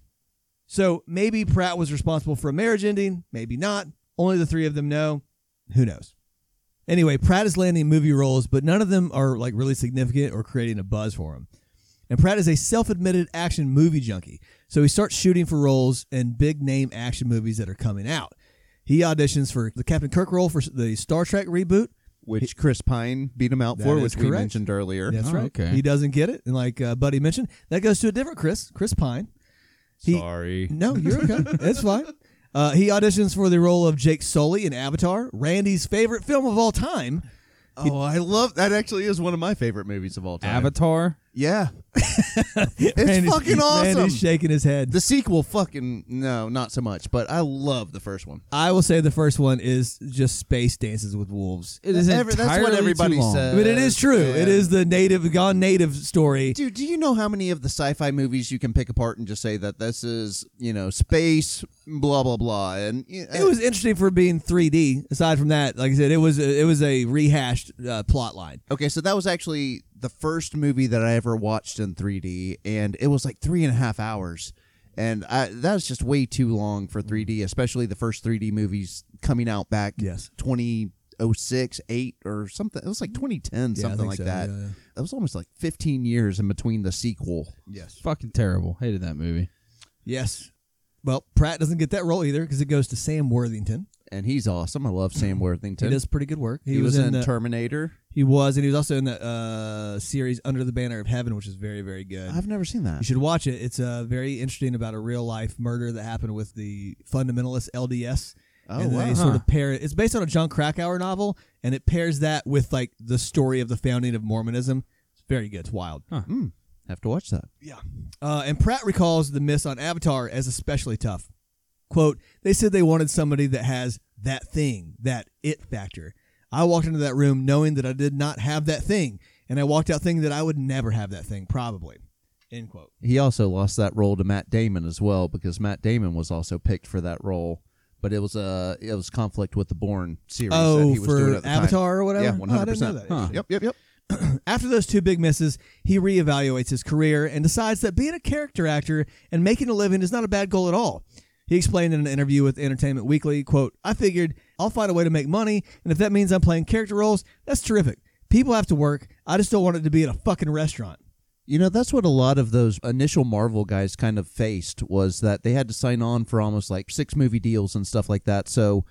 So maybe Pratt was responsible for a marriage ending, maybe not. Only the three of them know. Who knows? Anyway, Pratt is landing movie roles, but none of them are like really significant or creating a buzz for him. And Pratt is a self admitted action movie junkie, so he starts shooting for roles in big name action movies that are coming out. He auditions for the Captain Kirk role for the Star Trek reboot.
which Chris Pine beat him out
That
for,
is
which we
correct.
mentioned earlier.
That's
Oh,
right.
okay.
He doesn't get it. And like uh, Buddy mentioned, that goes to a different Chris, Chris Pine. He-
Sorry.
No, you're okay. That's fine. Uh, he auditions for the role of Jake Sully in Avatar, Randy's favorite film of all time.
Oh, I love that. Actually, is one of my favorite movies of all time.
Avatar.
yeah, it's fucking awesome.
Randy's shaking his head.
the sequel, fucking no, not so much, but I love the first one.
I will say the first one is just space dances with wolves.
It is
Every- that's what
entirely too
everybody
long.
says.
but it is true. It
yeah.
is the native gone native story.
Dude, do you know how many of the sci-fi movies you can pick apart and just say that this is, you know, space, blah blah blah, and
It was interesting for being 3D. Aside from that, like I said, it was a, it was a rehashed uh, plot line.
Okay, so that was actually the first movie that I ever watched in 3D, and it was like three and a half hours, and I, that was just way too long for 3D, especially the first 3D movies coming out back
Mm-hmm. Yes.
2006, eight or something. It was like 2010,
Yeah, I
something
think
like
so,
that.
yeah, yeah.
That was almost like 15 years in between the sequel.
Yes.
Fucking terrible. Hated that movie.
Yes. Well, Pratt doesn't get that role either because it goes to Sam Worthington.
And he's awesome. I love Sam Worthington.
He does pretty good work.
He was, in,
the-
Terminator.
He was, and he was also in the uh, series Under the Banner of Heaven, which is very, very good.
I've never seen that.
you should watch it. It's uh, very interesting about a real life murder that happened with the fundamentalist LDS.
Oh,
and
wow.
they sort of pair it. It's based on a John Krakauer novel, and it pairs that with like the story of the founding of Mormonism. It's very good. It's wild.
Have to watch that.
Yeah. Uh, and Pratt recalls the miss on Avatar as especially tough. Quote, they said they wanted somebody that has that thing, that it factor. I walked into that room knowing that I did not have that thing, and I walked out thinking that I would never have that thing, probably. End quote.
he also lost that role to Matt Damon as well because Matt Damon was also picked for that role, but it was a it was conflict with the Bourne series. that
Oh,
he was doing
for
at the time.
Avatar or whatever?
Yeah,
Oh,
one hundred
I didn't know
percent.
that.
Huh.
Yep, yep, yep.
After those two big misses, he reevaluates his career and decides that being a character actor and making a living is not a bad goal at all. He explained in an interview with Entertainment Weekly, quote, I figured I'll find a way to make money, and if that means I'm playing character roles, that's terrific. People have to work. I just don't want it to be at a fucking restaurant.
You know, that's what a lot of those initial Marvel guys kind of faced was that they had to sign on for almost like six movie deals and stuff like that. So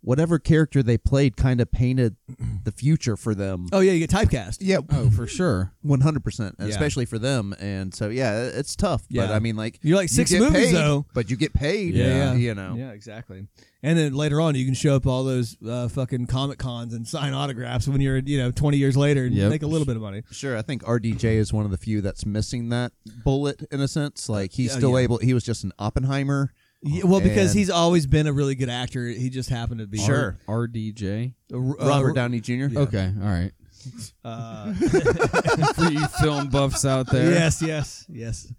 whatever character they played kind of painted the future for them.
Oh yeah, you get typecast.
Yeah,
Oh, for sure.
one hundred percent,
Yeah.
especially for them. And so, yeah, it- it's tough. But
Yeah.
I mean, like
You're like
you
six
get
movies
paid,
though.
but you get paid.
Yeah.
you know.
Yeah, exactly. And then later on, you can show up all those uh, fucking comic cons and sign autographs when you're, you know, 20 years later and
Yep.
make a little bit of money.
Sure, I think RDJ is one of the few that's missing that bullet in a sense. Like he's
Yeah,
still
Oh, yeah.
able. He was just an Oppenheimer.
Yeah, well, because
And-
he's always been a really good actor. He just happened to be
R- RDJ.
R- uh,
Robert Downey Jr.
Okay. All right.
Uh,
For you film buffs out there.
yes, yes, yes.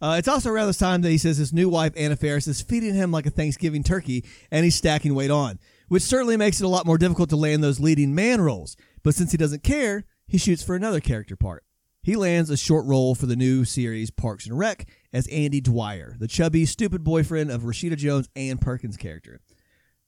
Uh, it's also around this time that he says his new wife Anna Faris is feeding him like a Thanksgiving turkey, and he's stacking weight on, which certainly makes it a lot more difficult to land those leading man roles. But since he doesn't care, he shoots for another character part. He lands a short role for the new series Parks and Rec as Andy Dwyer, the chubby, stupid boyfriend of Rashida Jones and Perkins' character.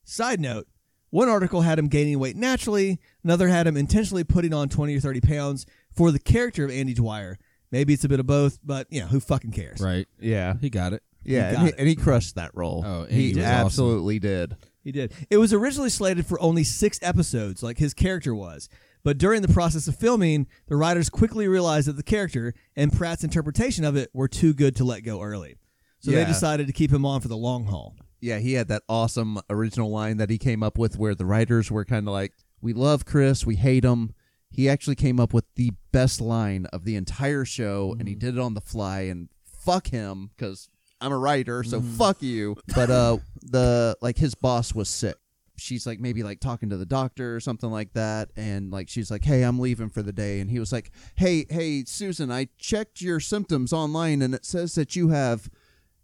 Side note one article had him gaining weight naturally, another had him intentionally putting on 20 or 30 pounds for the character of Andy Dwyer. Maybe it's a bit of both, but you know, who fucking cares?
Right.
Yeah,
He got it.
He
yeah, and
got
he, and he crushed that role.
Oh, and
he,
he was
absolutely did.
He did. It was originally slated for only six episodes, like his character was. But during the process of filming, the writers quickly realized that the character and Pratt's interpretation of it were too good to let go early. So
Yeah.
they decided to keep him on for the long haul.
Yeah, he had that awesome original line that he came up with, where the writers were kind of like, "We love Chris, we hate him." He actually came up with the best line of the entire show, and he did it on the fly. And fuck him, because I'm a writer, so fuck you. But uh, the like his boss was sick. She's like maybe like talking to the doctor or something like that, and like she's like, "Hey, I'm leaving for the day," and he was like, "Hey, hey, Susan, I checked your symptoms online, and it says that you have."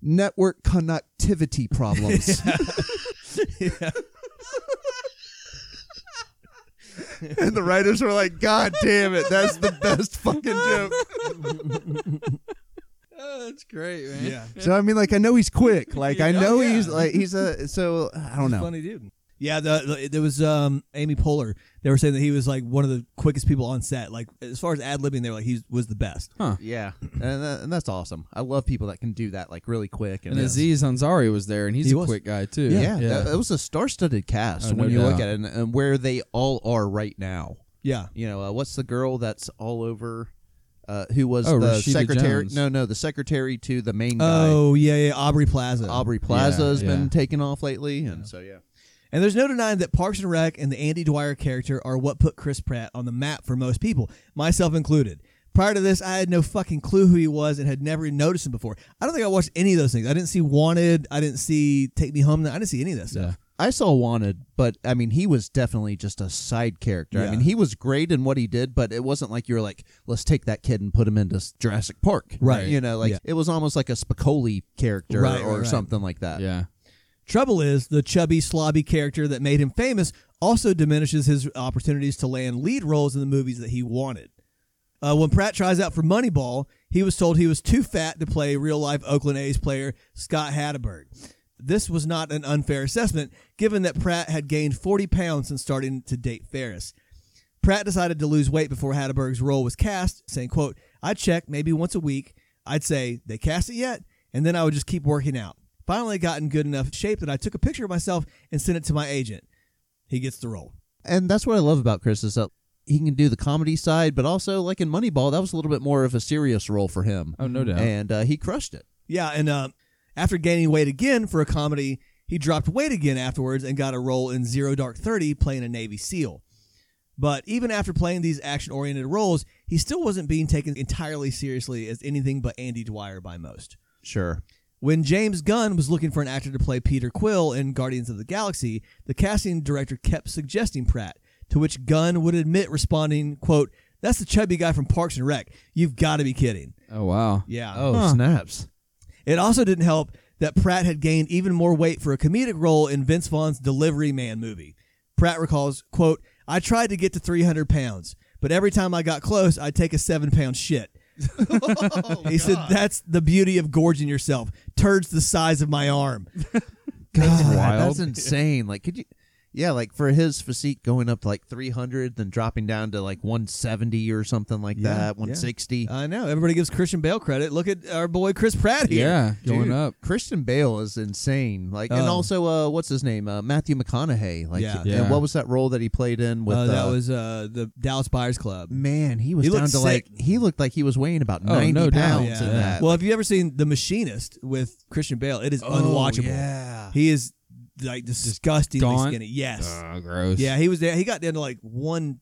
Network connectivity problems. And the writers were like, God damn it, that's the best fucking joke.
Oh, that's great, man.
So I mean, like, I know he's quick. Like, I
Oh,
know
yeah.
he's like he's a so I don't know.
Funny dude. Yeah, the, the, there was um, Amy Poehler. They were saying that he was like one of the quickest people on set. Like as far as ad libbing, they were like he was the best.
Yeah, and, tha- and that's awesome. I love people that can do that like really quick. And,
And Aziz Ansari was there, and he's
He
a
was.
quick guy too.
yeah, That, that was a star-studded cast
Oh, no
when you look
doubt.
at it, and, and where they all are right now.
Yeah,
You know, uh, what's the girl that's all over? Uh, who was
Oh,
the
Rashida
secretary?
Jones.
No, no, the secretary to the main guy.
Oh yeah, yeah. Aubrey Plaza.
Aubrey Plaza has
yeah.
been taken off lately, and so yeah.
And there's no denying that Parks and Rec and the Andy Dwyer character are what put Chris Pratt on the map for most people, myself included. Prior to this, I had no fucking clue who he was and had never noticed him before. I don't think I watched any of those things. I didn't see Wanted. I didn't see Take Me Home. I didn't see any of that stuff.
Yeah.
I saw Wanted, but I mean, he was definitely just a side character. I
Yeah.
mean, he was great in what he did, but it wasn't like you were like, let's take that kid and put him into s- Jurassic Park.
Right.
You know, like
Yeah.
it was almost like a Spicoli character
Right,
or
right, right.
something like that.
yeah.
Trouble is, the chubby, slobby character that made him famous also diminishes his opportunities to land lead roles in the movies that he wanted. Uh, when Pratt tries out for Moneyball, he was told he was too fat to play real life Oakland A's player Scott Hatterberg. This was not an unfair assessment, given that Pratt had gained 40 pounds since starting to date Ferris. Pratt decided to lose weight before Hatterberg's role was cast, saying, quote, I check maybe once a week. I'd say, they cast it yet? And then I would just keep working out. Finally got in good enough shape that I took a picture of myself and sent it to my agent. He gets the role.
And that's what I love about Chris is that he can do the comedy side, but also like in Moneyball, that was a little bit more of a serious role for him.
Oh no doubt.
And uh, he crushed it.
Yeah, and uh, after gaining weight again for a comedy, he dropped weight again afterwards and got a role in Zero Dark Thirty playing a Navy SEAL. But even after playing these action oriented roles, he still wasn't being taken entirely seriously as anything but Andy Dwyer by most.
Sure.
When James Gunn was looking for an actor to play Peter Quill in Guardians of the Galaxy, the casting director kept suggesting Pratt, to which Gunn would admit responding, quote, That's the chubby guy from Parks and Rec. You've got to be kidding.
Oh wow.
Yeah.
Oh, snaps.
It also didn't help that Pratt had gained even more weight for a comedic role in Vince Vaughn's Delivery Man movie. Pratt recalls, quote, I tried to get to 300 pounds, but every time I got close, I'd take a seven pound shit. he said, that's the beauty of gorging yourself. Turds the size of my arm.
God,
wild.
that's insane. Like, could you? Yeah, like for his physique going up to like 300, then dropping down to like 170 or something like
Yeah, yeah.
that, 160.
I know. Everybody gives Christian Bale credit. Look at our boy Chris Pratt here.
Yeah, going
Dude,
up.
Christian Bale is insane. Like, and
Oh.
also, uh, what's his name? Uh, Matthew McConaughey. Like,
Yeah.
and
Yeah.
what was that role that he played in with?
Uh, that
uh,
was uh, the Dallas Buyers Club.
man. He was
He
down
looked
to like
sick.
he looked like he was weighing about
Oh,
90
no doubt.
pounds in
Yeah.
that.
Well, if you've ever seen The Machinist with Christian Bale, it is
Oh,
unwatchable.
Yeah.
He is like disgustingly
gaunt?
skinny. Yes.
Uh,
Oh, gross.
yeah, he was there. He got down to like one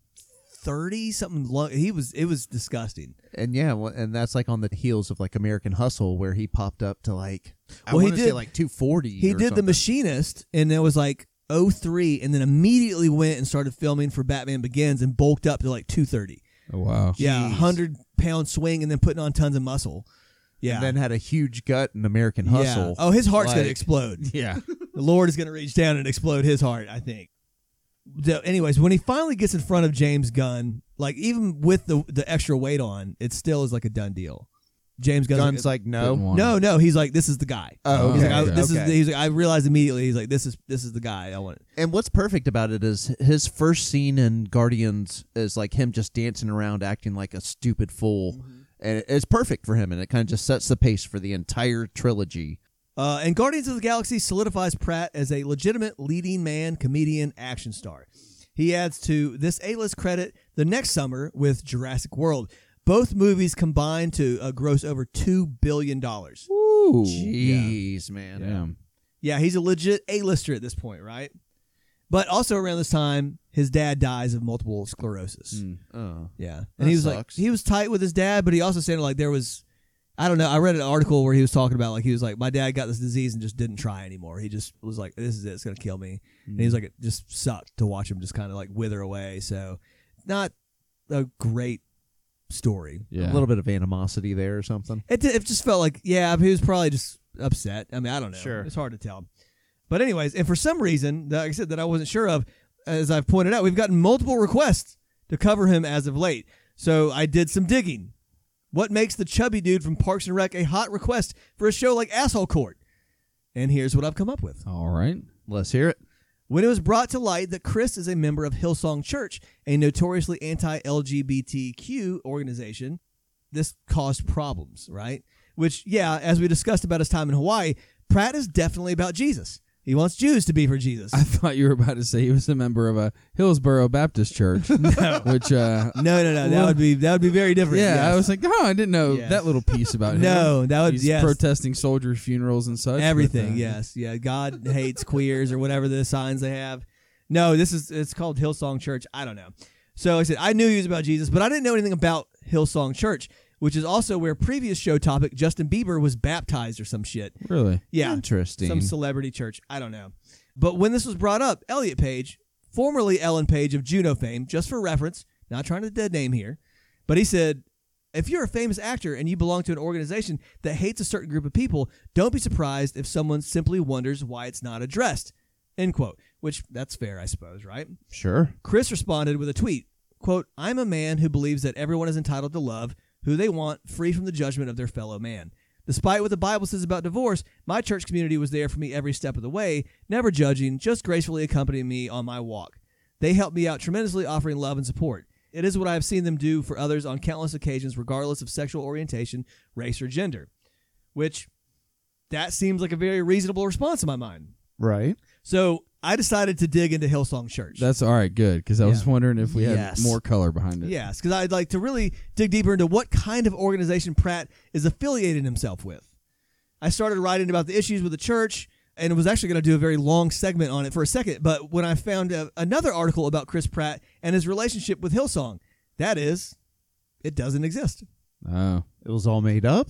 thirty something. Lo- he was. It was disgusting.
And yeah, well, and that's like on the heels of like American Hustle, where he popped up to like I
Well, he
wanna say
did-
like 240.
He
or
did The
something.
Machinist, and it was like 03, and then immediately went and started filming for Batman Begins and bulked up to like two thirty.
Oh, wow.
Yeah,
Jeez.
hundred pound swing, and then putting on tons of muscle. Yeah.
and then had a huge gut in American
Yeah.
Hustle.
Oh, his heart's gonna
Like-
explode.
Yeah.
the Lord is going to reach down and explode his heart, I think. So anyways, when he finally gets in front of James Gunn, like even with the the extra weight on, it still is like a done deal. James Gunn's,
Guns
like,
like
Didn't
no.
want
no,
it.
no, he's like, this is the guy.
Oh,
He's like,
okay,
I,
okay,
this is.
okay.
He's like, I realized immediately. He's like, this is this is the guy I want.
And what's perfect about it is his first scene in Guardians is like him just dancing around, acting like a stupid fool, and it's perfect for him, and it kind of just sets the pace for the entire trilogy.
Uh, and Guardians of the Galaxy solidifies Pratt as a legitimate leading man, comedian, action star. He adds to this A list credit the next summer with Jurassic World. Both movies combined to uh, gross over $2 billion.
Ooh.
Jeez, man.
Damn.
Yeah, he's a legit A-lister at this point, right? But also around this time, his dad dies of multiple sclerosis.
Mm.
Oh.
Yeah, and
That
he was
sucks.
like, he was tight with his dad, but he also said like there was, I don't know. I read an article where he was talking about like he was like, my dad got this disease and just didn't try anymore. He just was like, this is it, it's gonna kill me. And he was like, it just sucked to watch him just kind of like wither away. So, not a great story.
Yeah.
A little bit of animosity there or something.
It, di- it just felt like, yeah, he was probably just upset. I mean, I don't know.
Sure.
It's hard to tell. But, anyways, and for some reason, that, like I said, that I wasn't sure of, as I've pointed out, we've gotten multiple requests to cover him as of late. So I did some digging. What makes the chubby dude from Parks and Rec a hot request for a show like Asshole Court? And here's what I've come up with.
All right.
Let's hear it.
When it was brought to light that Chris is a member of Hillsong Church, a notoriously anti LGBTQ organization, this caused problems, right? Which, yeah, as we discussed about his time in Hawaii, Pratt is definitely about Jesus. He wants Jews to be for Jesus.
I thought you were about to say he was a member of a Hillsboro Baptist church, which uh,
no, no, no. That
Well-
would be that would be very different.
yeah,
yes.
I was like, oh, I didn't know
Yes.
that little piece about him.
No, that would
He's
yes.
protesting soldier funerals and such. but,
Everything,
uh,
yes, yeah. God hates queers or whatever the signs they have. No, this is it's called Hillsong Church. I don't know. So I said I knew he was about Jesus, but I didn't know anything about Hillsong Church, which is also where previous show topic Justin Bieber was baptized or some shit.
Really?
Yeah,
Interesting.
some celebrity church. I don't know. But when this was brought up, Elliot Page, formerly Ellen Page of Juno fame, just for reference, not trying to dead name here, but he said, if you're a famous actor and you belong to an organization that hates a certain group of people, don't be surprised if someone simply wonders why it's not addressed. End quote. Which that's fair, I suppose, right?
sure.
Chris responded with a tweet, quote, I'm a man who believes that everyone is entitled to love who they want, free from the judgment of their fellow man. Despite what the Bible says about divorce, my church community was there for me every step of the way, never judging, just gracefully accompanying me on my walk. They helped me out tremendously, offering love and support. It is what I have seen them do for others on countless occasions, regardless of sexual orientation, race, or gender. Which, that seems like a very reasonable response in my mind.
Right.
So I decided to dig into Hillsong Church.
That's all right. Good, because I was
Yeah.
wondering if we had
Yes.
more color behind it.
Yes, because I'd like to really dig deeper into what kind of organization Pratt is affiliating himself with. I started writing about the issues with the church and was actually going to do a very long segment on it for a second, but when I found a, another article about Chris Pratt and his relationship with Hillsong, that is, it doesn't exist.
Oh,
It was all made up.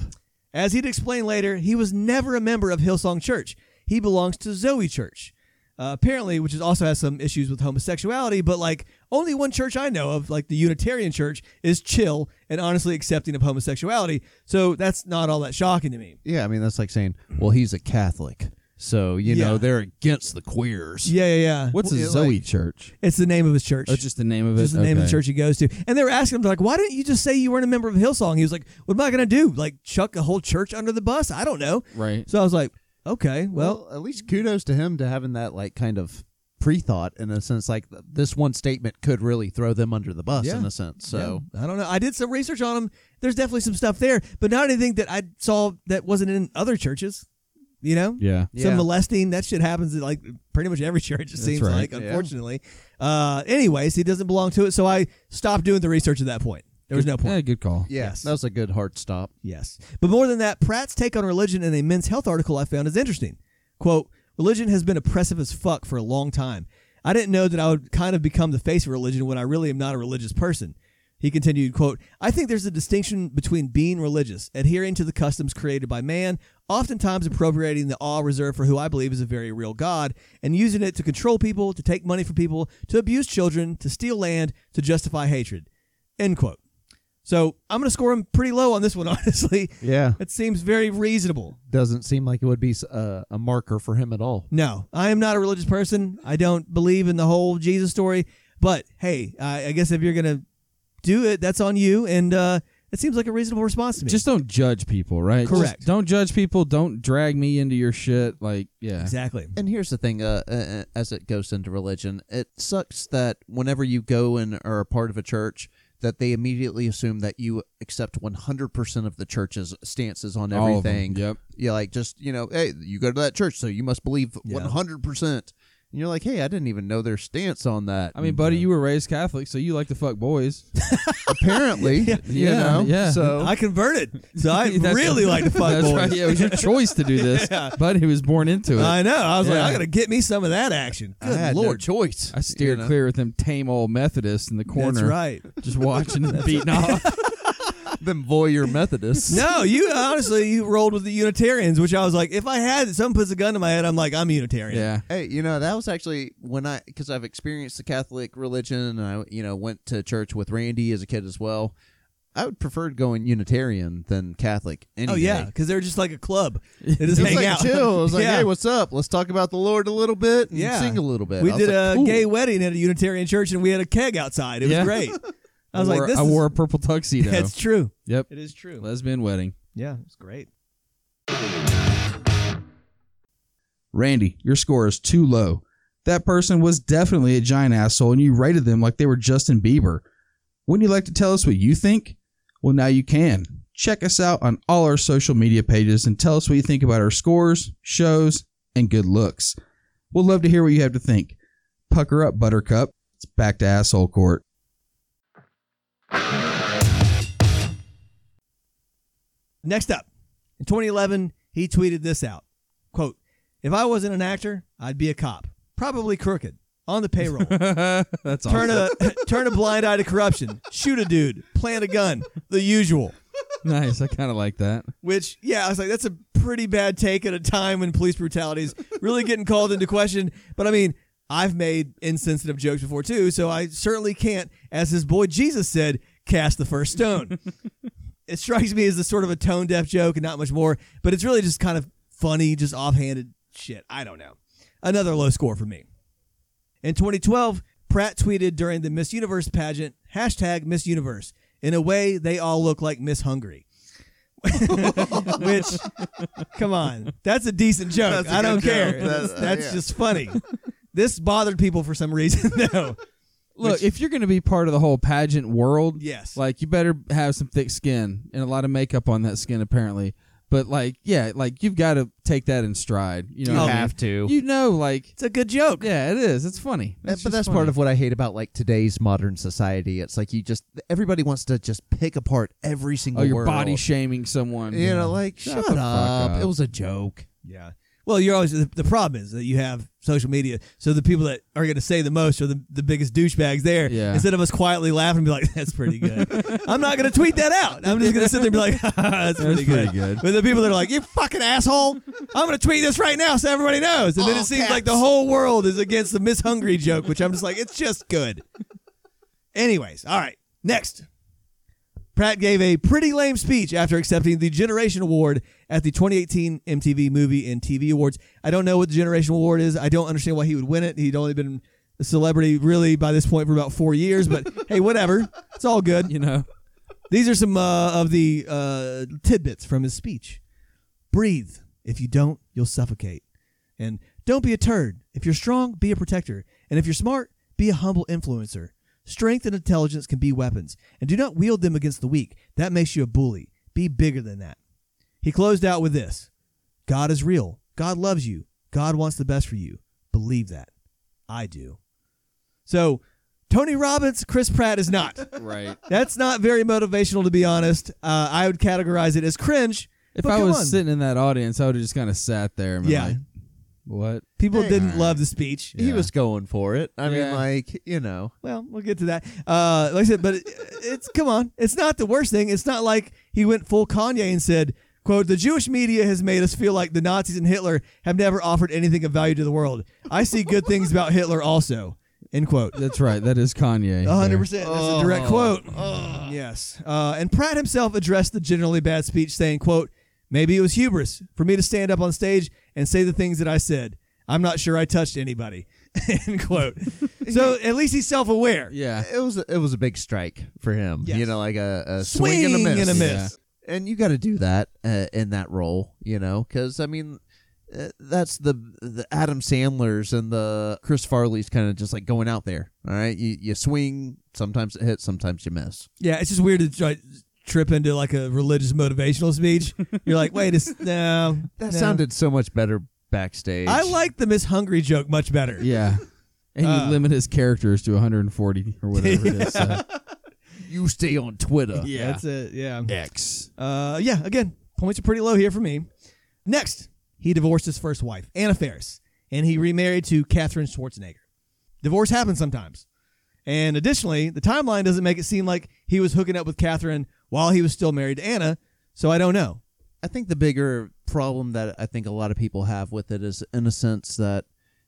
As he'd explain later, he was never a member of Hillsong Church. He belongs to Zoe Church, uh, apparently, which is also has some issues with homosexuality. But like, only one church I know of, like the Unitarian Church, is chill and honestly accepting of homosexuality. So that's not all that shocking to me.
Yeah, I mean that's like saying, well, he's a Catholic, so you
Yeah.
know they're against the queers.
Yeah, yeah, yeah.
what's
Well,
a
yeah,
Zoe
like-
church?
It's the name of his church.
Oh, just the name of it.
Just the name of the
Okay.
church he goes to. And they were asking him, they're like, why didn't you just say you weren't a member of Hillsong? He was like, what am I going to do? Like, chuck a whole church under the bus? I don't know.
Right.
So I was like, okay, well,
Well, at least kudos to him to having that like kind of pre-thought in a sense. Like th- this one statement could really throw them under the bus
Yeah.
in a sense. So
Yeah, I don't know. I did some research on them. There's definitely some stuff there, but not anything that I saw that wasn't in other churches. You know,
Yeah.
some
Yeah.
molesting that shit happens at like pretty much every church. It seems
right.
like,
Yeah.
unfortunately. Uh, anyways, he doesn't belong to it, so I stopped doing the research at that point. There was no point.
Yeah, good call.
yeah,
Yes.
that was a good hard stop.
Yes. But more than that, Pratt's take on religion in a men's health article I found is interesting. Quote, religion has been oppressive as fuck for a long time. I didn't know that I would kind of become the face of religion when I really am not a religious person. He continued, quote, I think there's a distinction between being religious, adhering to the customs created by man, oftentimes appropriating the awe reserved for who I believe is a very real God, and using it to control people, to take money from people, to abuse children, to steal land, to justify hatred. End quote. So I'm going to score him pretty low on this one, honestly.
Yeah,
That seems very reasonable.
doesn't seem like it would be s- uh, a, a marker for him at all.
No, I am not a religious person. I don't believe in the whole Jesus story. But hey, I, I guess if you're going to do it, that's on you. And uh, that seems like a reasonable response to me.
Just don't judge people, right? Just
Correct.
don't judge people. Don't drag me into your shit. Like, yeah.
exactly.
And here's the thing, uh, uh, uh, as it goes into religion, it sucks that whenever you go and are a part of a church, that they immediately assume that you accept 100% of the church's stances on
All of them,
everything.
yep.
Yeah, like just, you know, hey, you go to that church, so you must believe
Yeah.
100%. And you're like, hey, I didn't even know their stance on that.
I mean,
Mm-hmm.
buddy, you were raised Catholic, so you like to fuck boys.
apparently, you
Yeah,
know,
yeah.
so
I converted. So I
That's-
really like to fuck
That's
boys.
right. Yeah, it was your choice to do this, but he was born into it. I,
I know. I was like,
Yeah.
I got to get me some of that action.
I
Good
had no
Lord.
choice.
steered
you know?
clear with them tame old Methodists in the corner,
That's right.
just watching and beating off.
them voyeur Methodists.
No, you honestly you rolled with the Unitarians, which I was like, if I had, if someone puts a gun to my head, I'm like, I'm Unitarian.
Yeah,
Hey, you know that was actually when I because I've experienced the Catholic religion, and I you know went to church with Randy as a kid as well. I would prefer going Unitarian than Catholic. Any
Oh yeah,
day.
because they're just like a club. They just
it was
hang
like
out.
chill. It was like,
Yeah.
hey, what's up? Let's talk about the Lord a little bit and
Yeah.
sing a little bit.
we
I was
did
like,
a
cool.
gay wedding at a Unitarian church, and we had a keg outside. It was
Yeah.
great. I was like,
wore-
this
I
is,
wore a purple tuxedo.
That's true.
yep,
It is true.
lesbian wedding.
Yeah, it's great.
Randy, your score is too low. that person was definitely a giant asshole and you rated them like they were Justin Bieber. Wouldn't you like to tell us what you think? Well, now you can. Check us out on all our social media pages and tell us what you think about our scores, shows, and good looks. We'll love to hear what you have to think. Pucker up, Buttercup. It's back to asshole court.
Next up, in 2011, he tweeted this out quote, If I wasn't an actor, I'd be a cop, probably crooked, on the payroll.
That's
turn a turn a blind eye to corruption. Shoot a dude. Plant a gun. The usual.
nice. I kind of like that.
Which, yeah, I was like, that's a pretty bad take at a time when police brutality is really getting called into question. But I mean, I've made insensitive jokes before too, so I certainly can't, as his boy Jesus said, cast the first stone. it strikes me as the sort of a tone deaf joke and not much more, but it's really just kind of funny, just offhanded shit. I don't know. Another low score for me. In 2012, Pratt tweeted during the Miss Universe pageant, hashtag Miss Universe. In a way, they all look like Miss Hungry. Which, come on, that's a decent joke.
That's a
I I don't
good
care.
joke.
That's,
That's- uh,
that's
yeah.
just funny. this bothered people for some reason, though.
Look, if you're going to be part of the whole pageant world,
Yes.
like you better have some thick skin and a lot of makeup on that skin, apparently. But like, yeah, like you've got to take that in stride. You know,
You
what I mean?
have to.
You know, like,
it's a good joke.
yeah, it is. It's funny.
Uh,
It's
but
just
that's
funny.
part of what I hate about like today's modern society. It's like you just everybody wants to just pick apart every
Oh,
single
you're
word.
body shaming someone.
you know, like
Shut
shut,
the fuck
up.
up.
It was a joke.
Yeah. Well, you're always the, the problem is that you have social media, so the people that are going to say the most are the, the biggest douchebags there.
Yeah.
Instead of us quietly laughing and be like, "That's pretty good," I'm not going to tweet that out. I'm just going to sit there and be like, "That's pretty
pretty
good."
good.
But the people that are like, "You fucking asshole," I'm going to tweet this right now so everybody knows, and then it
All
seems
caps.
like the whole world is against the Miss Hungry joke, which I'm just like, it's just good. Anyways, all right, next. Pratt gave a pretty lame speech after accepting the Generation Award at the 2018 MTV Movie and TV Awards. I don't know what the Generation Award is. I don't understand why he would win it. He'd only been a celebrity really by this point for about four years, but hey, whatever. It's all good.
you know.
These are some uh, of the uh, tidbits from his speech. Breathe. If you don't, you'll suffocate. And don't be a turd. If you're strong, be a protector. And if you're smart, be a humble influencer. Strength and intelligence can be weapons, and do not wield them against the weak. That makes you a bully. Be bigger than that. He closed out with this God is real. God loves you. God wants the best for you. Believe that. I do. So, Tony Robbins, Chris Pratt is not.
Right.
That's not very motivational, to be honest. Uh, I would categorize it as cringe.
If
but
I
come
was
on.
sitting in that audience, I would have just kind of sat there and been
Yeah.
like, what?
people
Hey.
didn't love the speech.
He
Yeah.
was going for it. I
Yeah.
mean, like you know,
Well, we'll get to that. Uh, like I said, but it, it's come on. It's not the worst thing. It's not like he went full Kanye and said, "quote The Jewish media has made us feel like the Nazis and Hitler have never offered anything of value to the world. I see good things about Hitler also." End quote.
That's right. That is Kanye.
A hundred
there.
percent. That's a direct quote. Yes. Uh, and Pratt himself addressed the generally bad speech, saying, "quote Maybe it was hubris for me to stand up on stage and say the things that I said. I'm not sure I touched anybody." End quote. so at least he's self-aware.
Yeah.
it was it was a big strike for him.
Yes.
You know, like a, a swing, and a miss.
miss.
and you got to do that uh, in that role, you know, because I mean, uh, that's the the Adam Sandler's and the Chris Farley's kind of just like going out there. All right, you you swing, sometimes it hits, sometimes you miss.
Yeah. it's just weird to try, trip into like a religious motivational speech. You're like, wait, it's no.
That
no.
sounded so much better backstage.
I like the Miss Hungry joke much better.
Yeah. And you
Uh.
limit his characters to 140 or whatever it is. so.
you stay on Twitter.
Yeah.
That's it. Yeah.
X.
Uh, yeah, again, points are pretty low here for me. Next, he divorced his first wife, Anna Ferris, and he remarried to Katherine Schwarzenegger. Divorce happens sometimes. And additionally, the timeline doesn't make it seem like he was hooking up with Katherine while he was still married to Anna, so I don't know.
I think the bigger problem that I think a lot of people have with it is, in a sense, that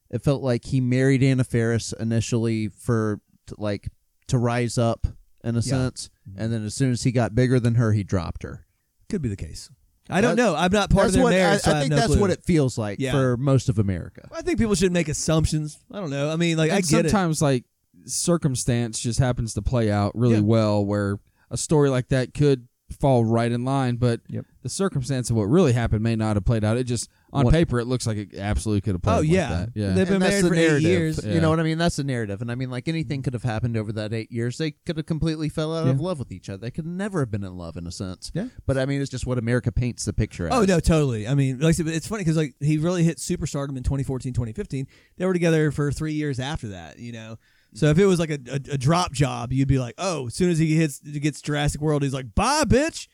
it felt like he married Anna Faris initially for to, like to rise up, in a sense, and then as soon as he got bigger than her, he dropped her.
Could be the case. I don't
That-
know. I'm not part of
that's
their
what
marriage.
I,
so
I
have
think
no
that's
clue.
what it feels like
Yeah.
for most of America.
I think people shouldn't make assumptions. I don't know. I mean, like I
and
get it.
sometimes like circumstance just happens to play out really
Yeah.
well where a story like that could fall right in line, but
Yep.
the circumstance of what really happened may not have played out. It just on
What-
paper it looks like it absolutely could have played.
Oh,
like
yeah.
that. yeah.
They've been
And that's
married
the
for eight
narrative.
years.
You
Yeah.
know what I mean? That's the narrative. And I mean, like anything could have happened over that eight years. They could have completely fell out of
Yeah.
love with each other. They could never have been in love in a sense.
Yeah.
But I mean, it's just what America paints the picture.
Oh
as.
no, totally. I mean, like I said, it's funny because like he really hit superstardom in 2014, 2015. They were together for three years after that, you know. So if it was like a, a, a drop job, you'd be like, oh, as soon as he hits gets Jurassic World, he's like, bye, bitch.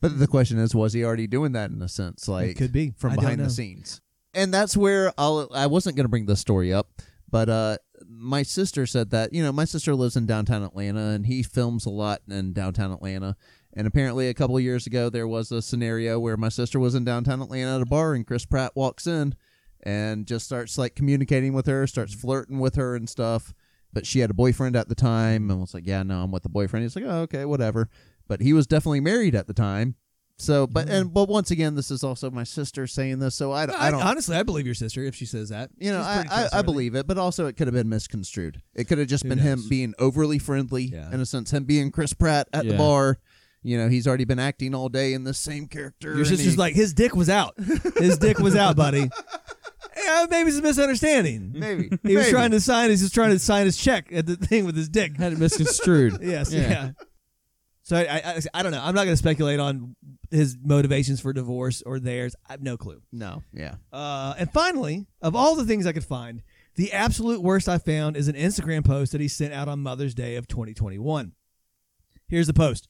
But the question is, was he already doing that in a sense? Like
could be. I
from
don't
behind
know.
the scenes. And that's where I'll. I wasn't going to bring this story up, but uh, my sister said that you know my sister lives in downtown Atlanta and he films a lot in downtown Atlanta. And apparently, a couple of years ago, there was a scenario where my sister was in downtown Atlanta at a bar, and Chris Pratt walks in and just starts like communicating with her, starts flirting with her and stuff. But she had a boyfriend at the time and was like, "Yeah, no, I'm with the boyfriend." He's like, "Oh, okay, whatever." But he was definitely married at the time. So, but and but once again, this is also my sister saying this, so I, I don't.
honestly, I believe your sister if she says that.
you know,
She's
I,
pretty
I, I
trustworthy.
believe it, but also it could have been misconstrued. It could have just
Who
been
knows?
him being overly friendly,
Yeah.
in a sense, him being Chris Pratt at
Yeah.
the bar. You know, he's already been acting all day in this same character.
Your
and
sister's
he-
like, his dick was out. His dick was out, buddy. Yeah, maybe it's a misunderstanding.
maybe
He was trying to sign. He's just trying to sign his check at the thing with his dick.
Had it misconstrued.
Yes. Yeah.
Yeah.
So I, I I don't know. I'm not going to speculate on his motivations for divorce or theirs. I have no clue.
No, yeah,
Uh, and finally, of all the things I could find, the absolute worst I found is an Instagram post that he sent out on Mother's Day of 2021. Here's the post.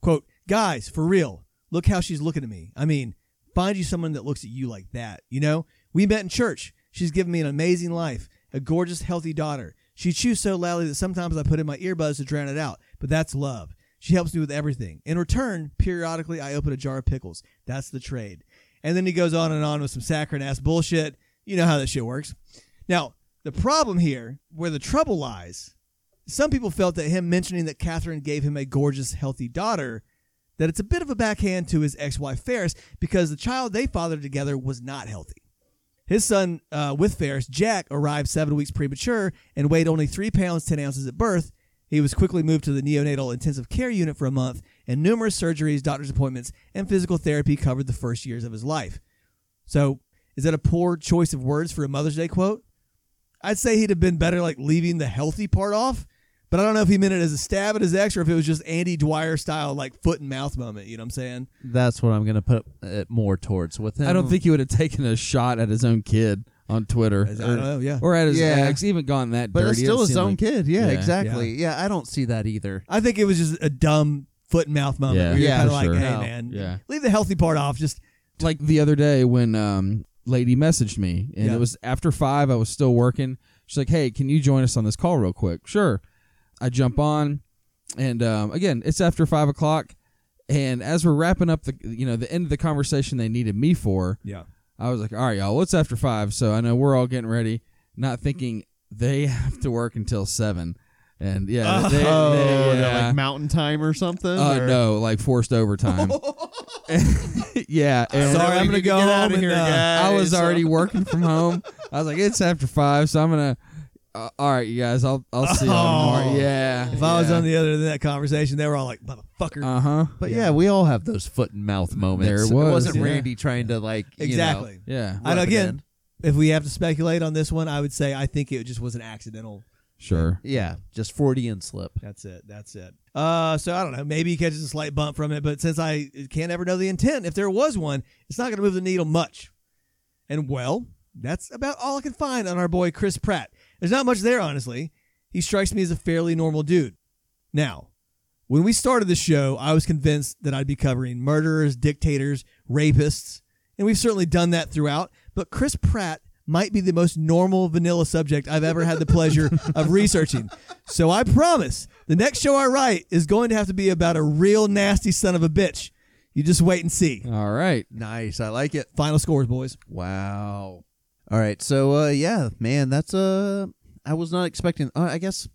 Quote, guys, for real, look how she's looking at me. I mean, find you someone that looks at you like that. You know, we met in church. She's given me an amazing life, a gorgeous, healthy daughter. She chews so loudly that sometimes I put in my earbuds to drown it out, but that's love. She helps me with everything. In return, periodically, I open a jar of pickles. That's the trade. And then he goes on and on with some saccharine ass bullshit. You know how that shit works. Now, the problem here, where the trouble lies, some people felt that him mentioning that Catherine gave him a gorgeous, healthy daughter, that it's a bit of a backhand to his ex wife Ferris because the child they fathered together was not healthy. His son uh, with Ferris, Jack, arrived seven weeks premature and weighed only three pounds, 10 ounces at birth. He was quickly moved to the neonatal intensive care unit for a month, and numerous surgeries, doctor's appointments, and physical therapy covered the first years of his life. So, is that a poor choice of words for a Mother's Day quote? I'd say he'd have been better like leaving the healthy part off, but I don't know if he meant it as a stab at his ex or if it was just Andy Dwyer style like foot and mouth moment. You know what I'm saying?
that's what I'm gonna put it more towards with him.
I don't think he would have taken a shot at his own kid on Twitter.
I don't know. Yeah,
Or at his
Yeah.
ex, even gone that
but
dirty.
it's
It
still his
seemed
own
like-
kid. Yeah,
Yeah.
exactly. Yeah, I don't see that either.
I think it was just a dumb foot and mouth moment.
Yeah.
where you're
Yeah,
kind of
for
like,
sure.
hey
No.
man,
Yeah.
leave the healthy part off. Just
like the other day when um lady messaged me and
Yeah.
it was after five i was still working she's like hey can you join us on this call real quick sure i jump on and um, again it's after five o'clock and as we're wrapping up the you know the end of the conversation they needed me for
yeah,
i was like all right y'all well, it's after five so i know we're all getting ready not thinking they have to work until seven and yeah they, they- Oh,
Oh,
yeah.
mountain time or something.
Uh, no like forced overtime yeah and-
Sorry, I'm gonna go home and, uh,
I was already working from home. I was like, it's after five, so I'm gonna. Uh, all right, you guys, I'll I'll see you tomorrow.
Oh.
Yeah.
If I was on the other end of that conversation, they were all like, motherfucker.
Uh huh.
But yeah. we all have those foot and mouth moments.
There
it
was,
wasn't
yeah.
Randy trying to like you know,
exactly.
Yeah.
And
rub it
again,
in.
if we have to speculate on this one, I would say I think it just was an accidental.
Sure.
yeah, just forty and slip.
That's it. That's it. Uh, so I don't know. Maybe he catches a slight bump from it, but since I can't ever know the intent, if there was one, it's not going to move the needle much. And well, that's about all I can find on our boy Chris Pratt. There's not much there, honestly. He strikes me as a fairly normal dude. Now, when we started the show, I was convinced that I'd be covering murderers, dictators, rapists, and we've certainly done that throughout. But Chris Pratt might be the most normal vanilla subject I've ever had the pleasure of researching. So I promise the next show I write is going to have to be about a real nasty son of a bitch. You just wait and see.
All right.
Nice, I like it.
Final scores, boys.
Wow. All right, so uh, yeah, man, that's uh, I was not expecting. Uh, I guess,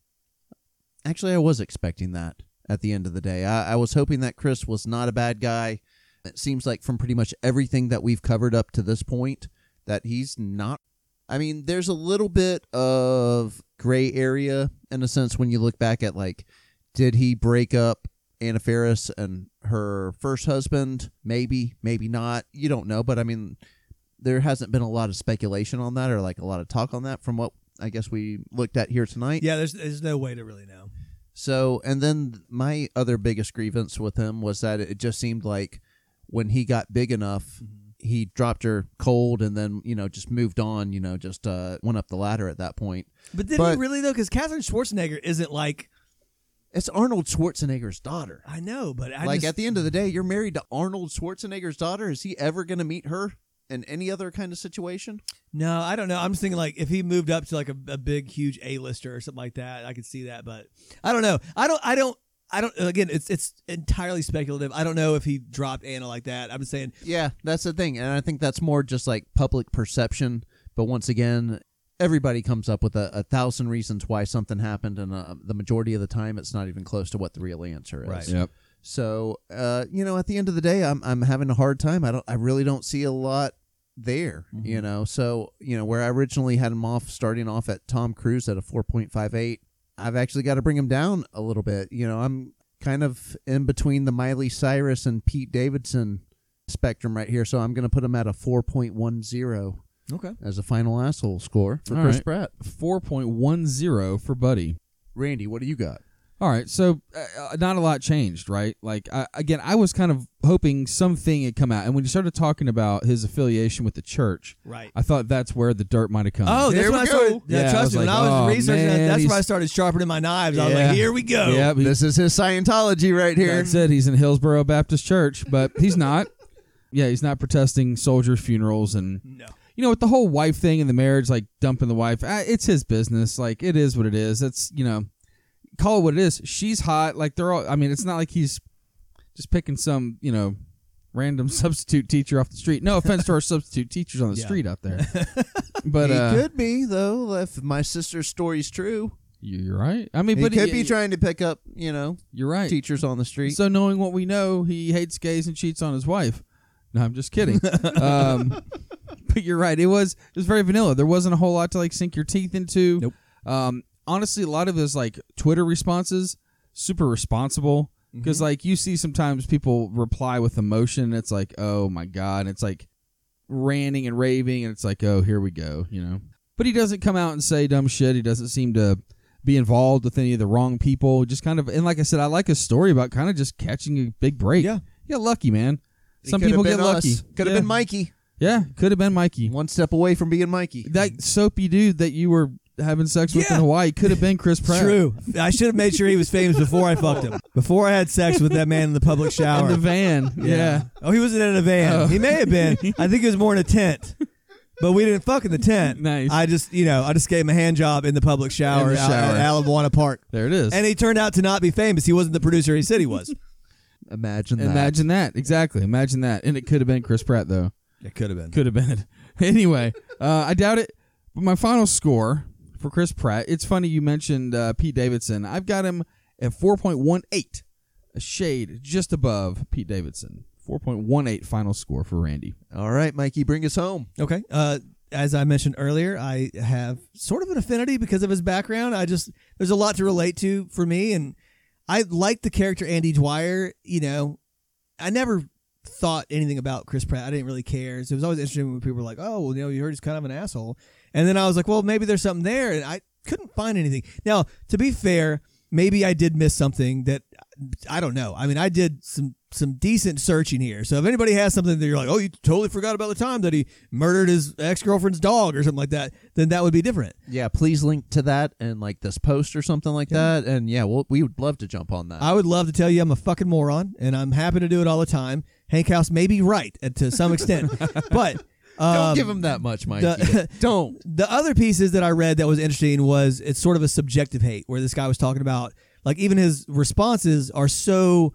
actually, I was expecting that. At the end of the day, I, I was hoping that Chris was not a bad guy. It seems like from pretty much everything that we've covered up to this point, that he's not. I mean, there's a little bit of gray area in a sense when you look back at like, did he break up Anna Faris and her first husband. Maybe, maybe not. You don't know, but I mean, there hasn't been a lot of speculation on that or like a lot of talk on that from what I guess we looked at here tonight.
Yeah, there's there's no way to really know.
So, and then my other biggest grievance with him was that it just seemed like when he got big enough, he dropped her cold and then, you know, just moved on, you know, just uh, went up the ladder at that point.
But did
But-
he really though? Because Katherine Schwarzenegger isn't like
It's Arnold Schwarzenegger's daughter. Mm-hmm.
I know, but I
like
just,
at the end of the day, you're married to Arnold Schwarzenegger's daughter. Is he ever going to meet her in any other kind of situation?
no, I don't know. I'm just thinking like if he moved up to like a, a big huge A lister or something like that, I could see that. But I don't know. I don't. I don't. I don't. Again, it's it's entirely speculative. I don't know if he dropped Anna like that. I'm saying
Yeah, that's the thing. And I think that's more just like public perception. But once again, everybody comes up with a, a thousand reasons why something happened. And uh, the majority of the time, it's not even close to what the real answer is.
Right.
Yep.
So, uh, you know, at the end of the day, I'm, I'm having a hard time. I don't, I really don't see a lot there,
Mm-hmm.
you know? So, you know, where I originally had him off starting off at Tom Cruise at a 4.58, I've actually got to bring him down a little bit. You know, I'm kind of in between the Miley Cyrus and Pete Davidson spectrum right here. So I'm going to put him at a 4.10
okay.
as a final asshole score for
All
Chris
right.
Pratt.
4.10 for Buddy.
Randy, what do you got?
All right, so uh, uh, not a lot changed, right? Like I, again, I was kind of hoping something had come out, and when you started talking about his affiliation with the church,
Right.
I thought that's where the dirt might have come.
Oh, that's
There
when
we
I started.
go.
Yeah,
Yeah, I was
trust me. When
like,
I was
oh,
researching
man,
that, that's when I
he's-
started sharpening my knives. I was
Yeah.
like, here we go.
yeah, he-
This is his Scientology right here.
that's it. He's in Hillsborough Baptist Church, but he's not. yeah, he's not protesting soldier funerals and
No.
you know, with the whole wife thing and the marriage, like dumping the wife, ah, it's his business. Like it is what it is. That's you know, call it what it is. She's hot. Like they're all. I mean, it's not like he's just picking some you know random substitute teacher off the street. No offense to our substitute teachers on the
Yeah.
street out there, but
he
uh,
could be though, if my sister's story's true.
you- you're right. I mean,
He
but
could
he-
be trying to pick up, you know,
You're right.
teachers on the street.
So knowing what we know, he hates gays and cheats on his wife. No, I'm just kidding. um, but you're right. It was it was very vanilla. There wasn't a whole lot to like sink your teeth into.
Nope.
Um, honestly, a lot of his like Twitter responses super responsible
Mm-hmm.
because like you see sometimes people reply with emotion. And it's like oh my god. And it's like ranting and raving and it's like oh here we go. You know. But he doesn't come out and say dumb shit. He doesn't seem to be involved with any of the wrong people. Just kind of, and like I said, I like a story about kind of just catching a big break.
Yeah.
yeah, lucky man.
It
Some
could've
people
been
get lucky.
us. Could have
yeah.
been Mikey.
Yeah, could have been Mikey.
One step away from being Mikey.
That soapy dude that you were having sex with in
Yeah.
Hawaii could have been Chris Pratt.
True. I should have made sure he was famous before I fucked him. Before I had sex with that man in the public
In
shower.
the van. Yeah.
Oh, he wasn't in a van.
Oh.
He may have been. I think he was more in a tent. But we didn't fuck in the tent.
Nice.
I just, you know, I just gave him a hand job in the public shower,
In the
out at
shower.
Alamoana Park.
There it is.
And he turned out to not be famous. He wasn't the producer he said he was.
Imagine that.
Imagine that. Exactly. Imagine that. And it could have been Chris Pratt, though.
It could have been.
Could have been. anyway, uh, I doubt it. But my final score for Chris Pratt. It's funny you mentioned uh, Pete Davidson. I've got him at four point one eight, a shade just above Pete Davidson. Four point one eight final score for Randy.
All right, Mikey, bring us home.
Okay. Uh, as I mentioned earlier, I have sort of an affinity because of his background. I just there's a lot to relate to for me, and I liked the character Andy Dwyer. You know, I never thought anything about Chris Pratt. I didn't really care. So it was always interesting when people were like, "Oh, well, you know, you heard he's kind of an asshole," and then I was like, "Well, maybe there's something there," and I couldn't find anything. Now, to be fair, maybe I did miss something that I don't know. I mean, I did some some decent searching here. So if anybody has something that you're like, "Oh, you totally forgot about the time that he murdered his ex girlfriend's dog" or something like that, then that would be different.
Yeah, please link to that and like this post or something like that. And yeah, well, we would love to jump on that.
I would love to tell you I'm a fucking moron, and I'm happy to do it all the time. Hank House may be right uh, to some extent, but
Don't
um,
give him that much, Mikey.
the-
Don't.
the other pieces that I read that was interesting was it's sort of a subjective hate where this guy was talking about like even his responses are so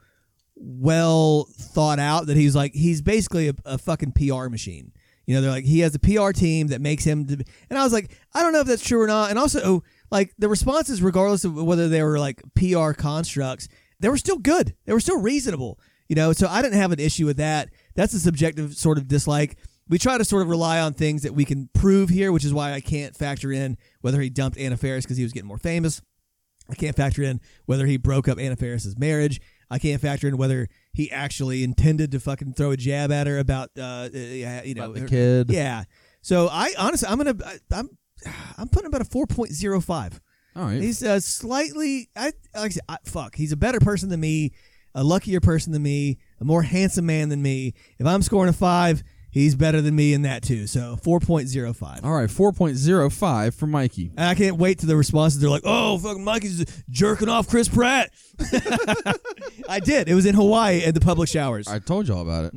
well thought out that he's like he's basically a, a fucking PR machine. You know, they're like he has a PR team that makes him to, and I was like I don't know if that's true or not. And also oh, like the responses regardless of whether they were like PR constructs, they were still good. They were still reasonable. You know, so I didn't have an issue with that. That's a subjective sort of dislike we try to sort of rely on things that we can prove here, which is why I can't factor in whether he dumped Anna Faris because he was getting more famous. I can't factor in whether he broke up Anna Faris's marriage. I can't factor in whether he actually intended to fucking throw a jab at her about uh, uh you know
About the
her-
kid.
yeah. So I honestly I'm gonna I, I'm I'm putting about a four point zero five.
All right.
He's uh, slightly I like I said I, fuck. He's a better person than me, a luckier person than me, a more handsome man than me. If I'm scoring a five, he's better than me in that too. So four point zero five.
All right. 4.05 for Mikey.
And I can't wait to the responses. They're like, "Oh, fucking Mikey's jerking off Chris Pratt." I did. It was in Hawaii at the public showers.
I told y'all about it.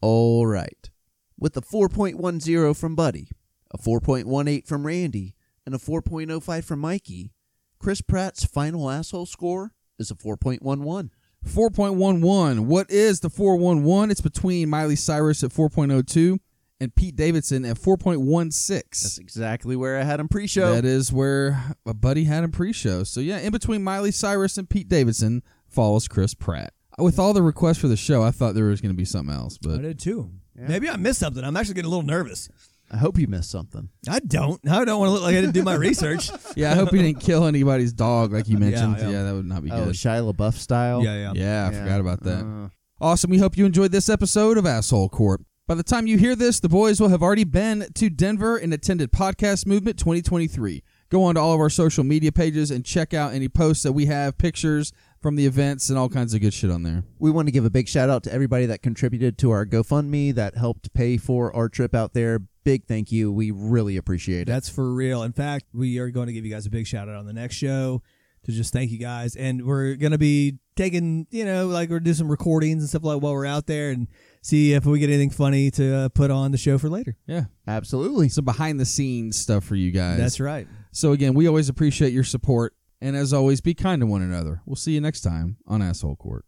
All right. With a 4.10 from Buddy, a 4.18 from Randy, and a 4.05 from Mikey, Chris Pratt's final asshole score is a 4.11.
4.11. What is the 411? It's between Miley Cyrus at 4.02 and Pete Davidson at 4.16.
That's exactly where I had him pre show.
That is where a buddy had him pre-show. So yeah, in between Miley Cyrus and Pete Davidson follows Chris Pratt. With all the requests for the show, I thought there was going to be something else,
I
but
did too. Maybe I missed something. I'm actually getting a little nervous.
I hope you missed something.
I don't. I don't want to look like I didn't do my research.
yeah, I hope he didn't kill anybody's dog like you mentioned. Yeah,
yeah.
that would not be
Oh,
good.
Shia LaBeouf style.
yeah,
yeah, I
Yeah.
forgot about that.
Uh,
Awesome. We hope you enjoyed this episode of Asshole Court. By the time you hear this, the boys will have already been to Denver and attended Podcast Movement 2023. Go on to all of our social media pages and check out any posts that we have, pictures from the events, and all kinds of good shit on there.
we want to give a big shout out to everybody that contributed to our GoFundMe that helped pay for our trip out there. Big thank you. We really appreciate it.
That's for real. In fact, we are going to give you guys a big shout out on the next show to just thank you guys. And we're going to be taking, you know, like we're doing some recordings and stuff like while we're out there and see if we get anything funny to uh, put on the show for later.
Yeah.
Absolutely.
some behind the scenes stuff for you guys.
That's right.
So again, we always appreciate your support. And as always, be kind to one another. We'll see you next time on Asshole Court.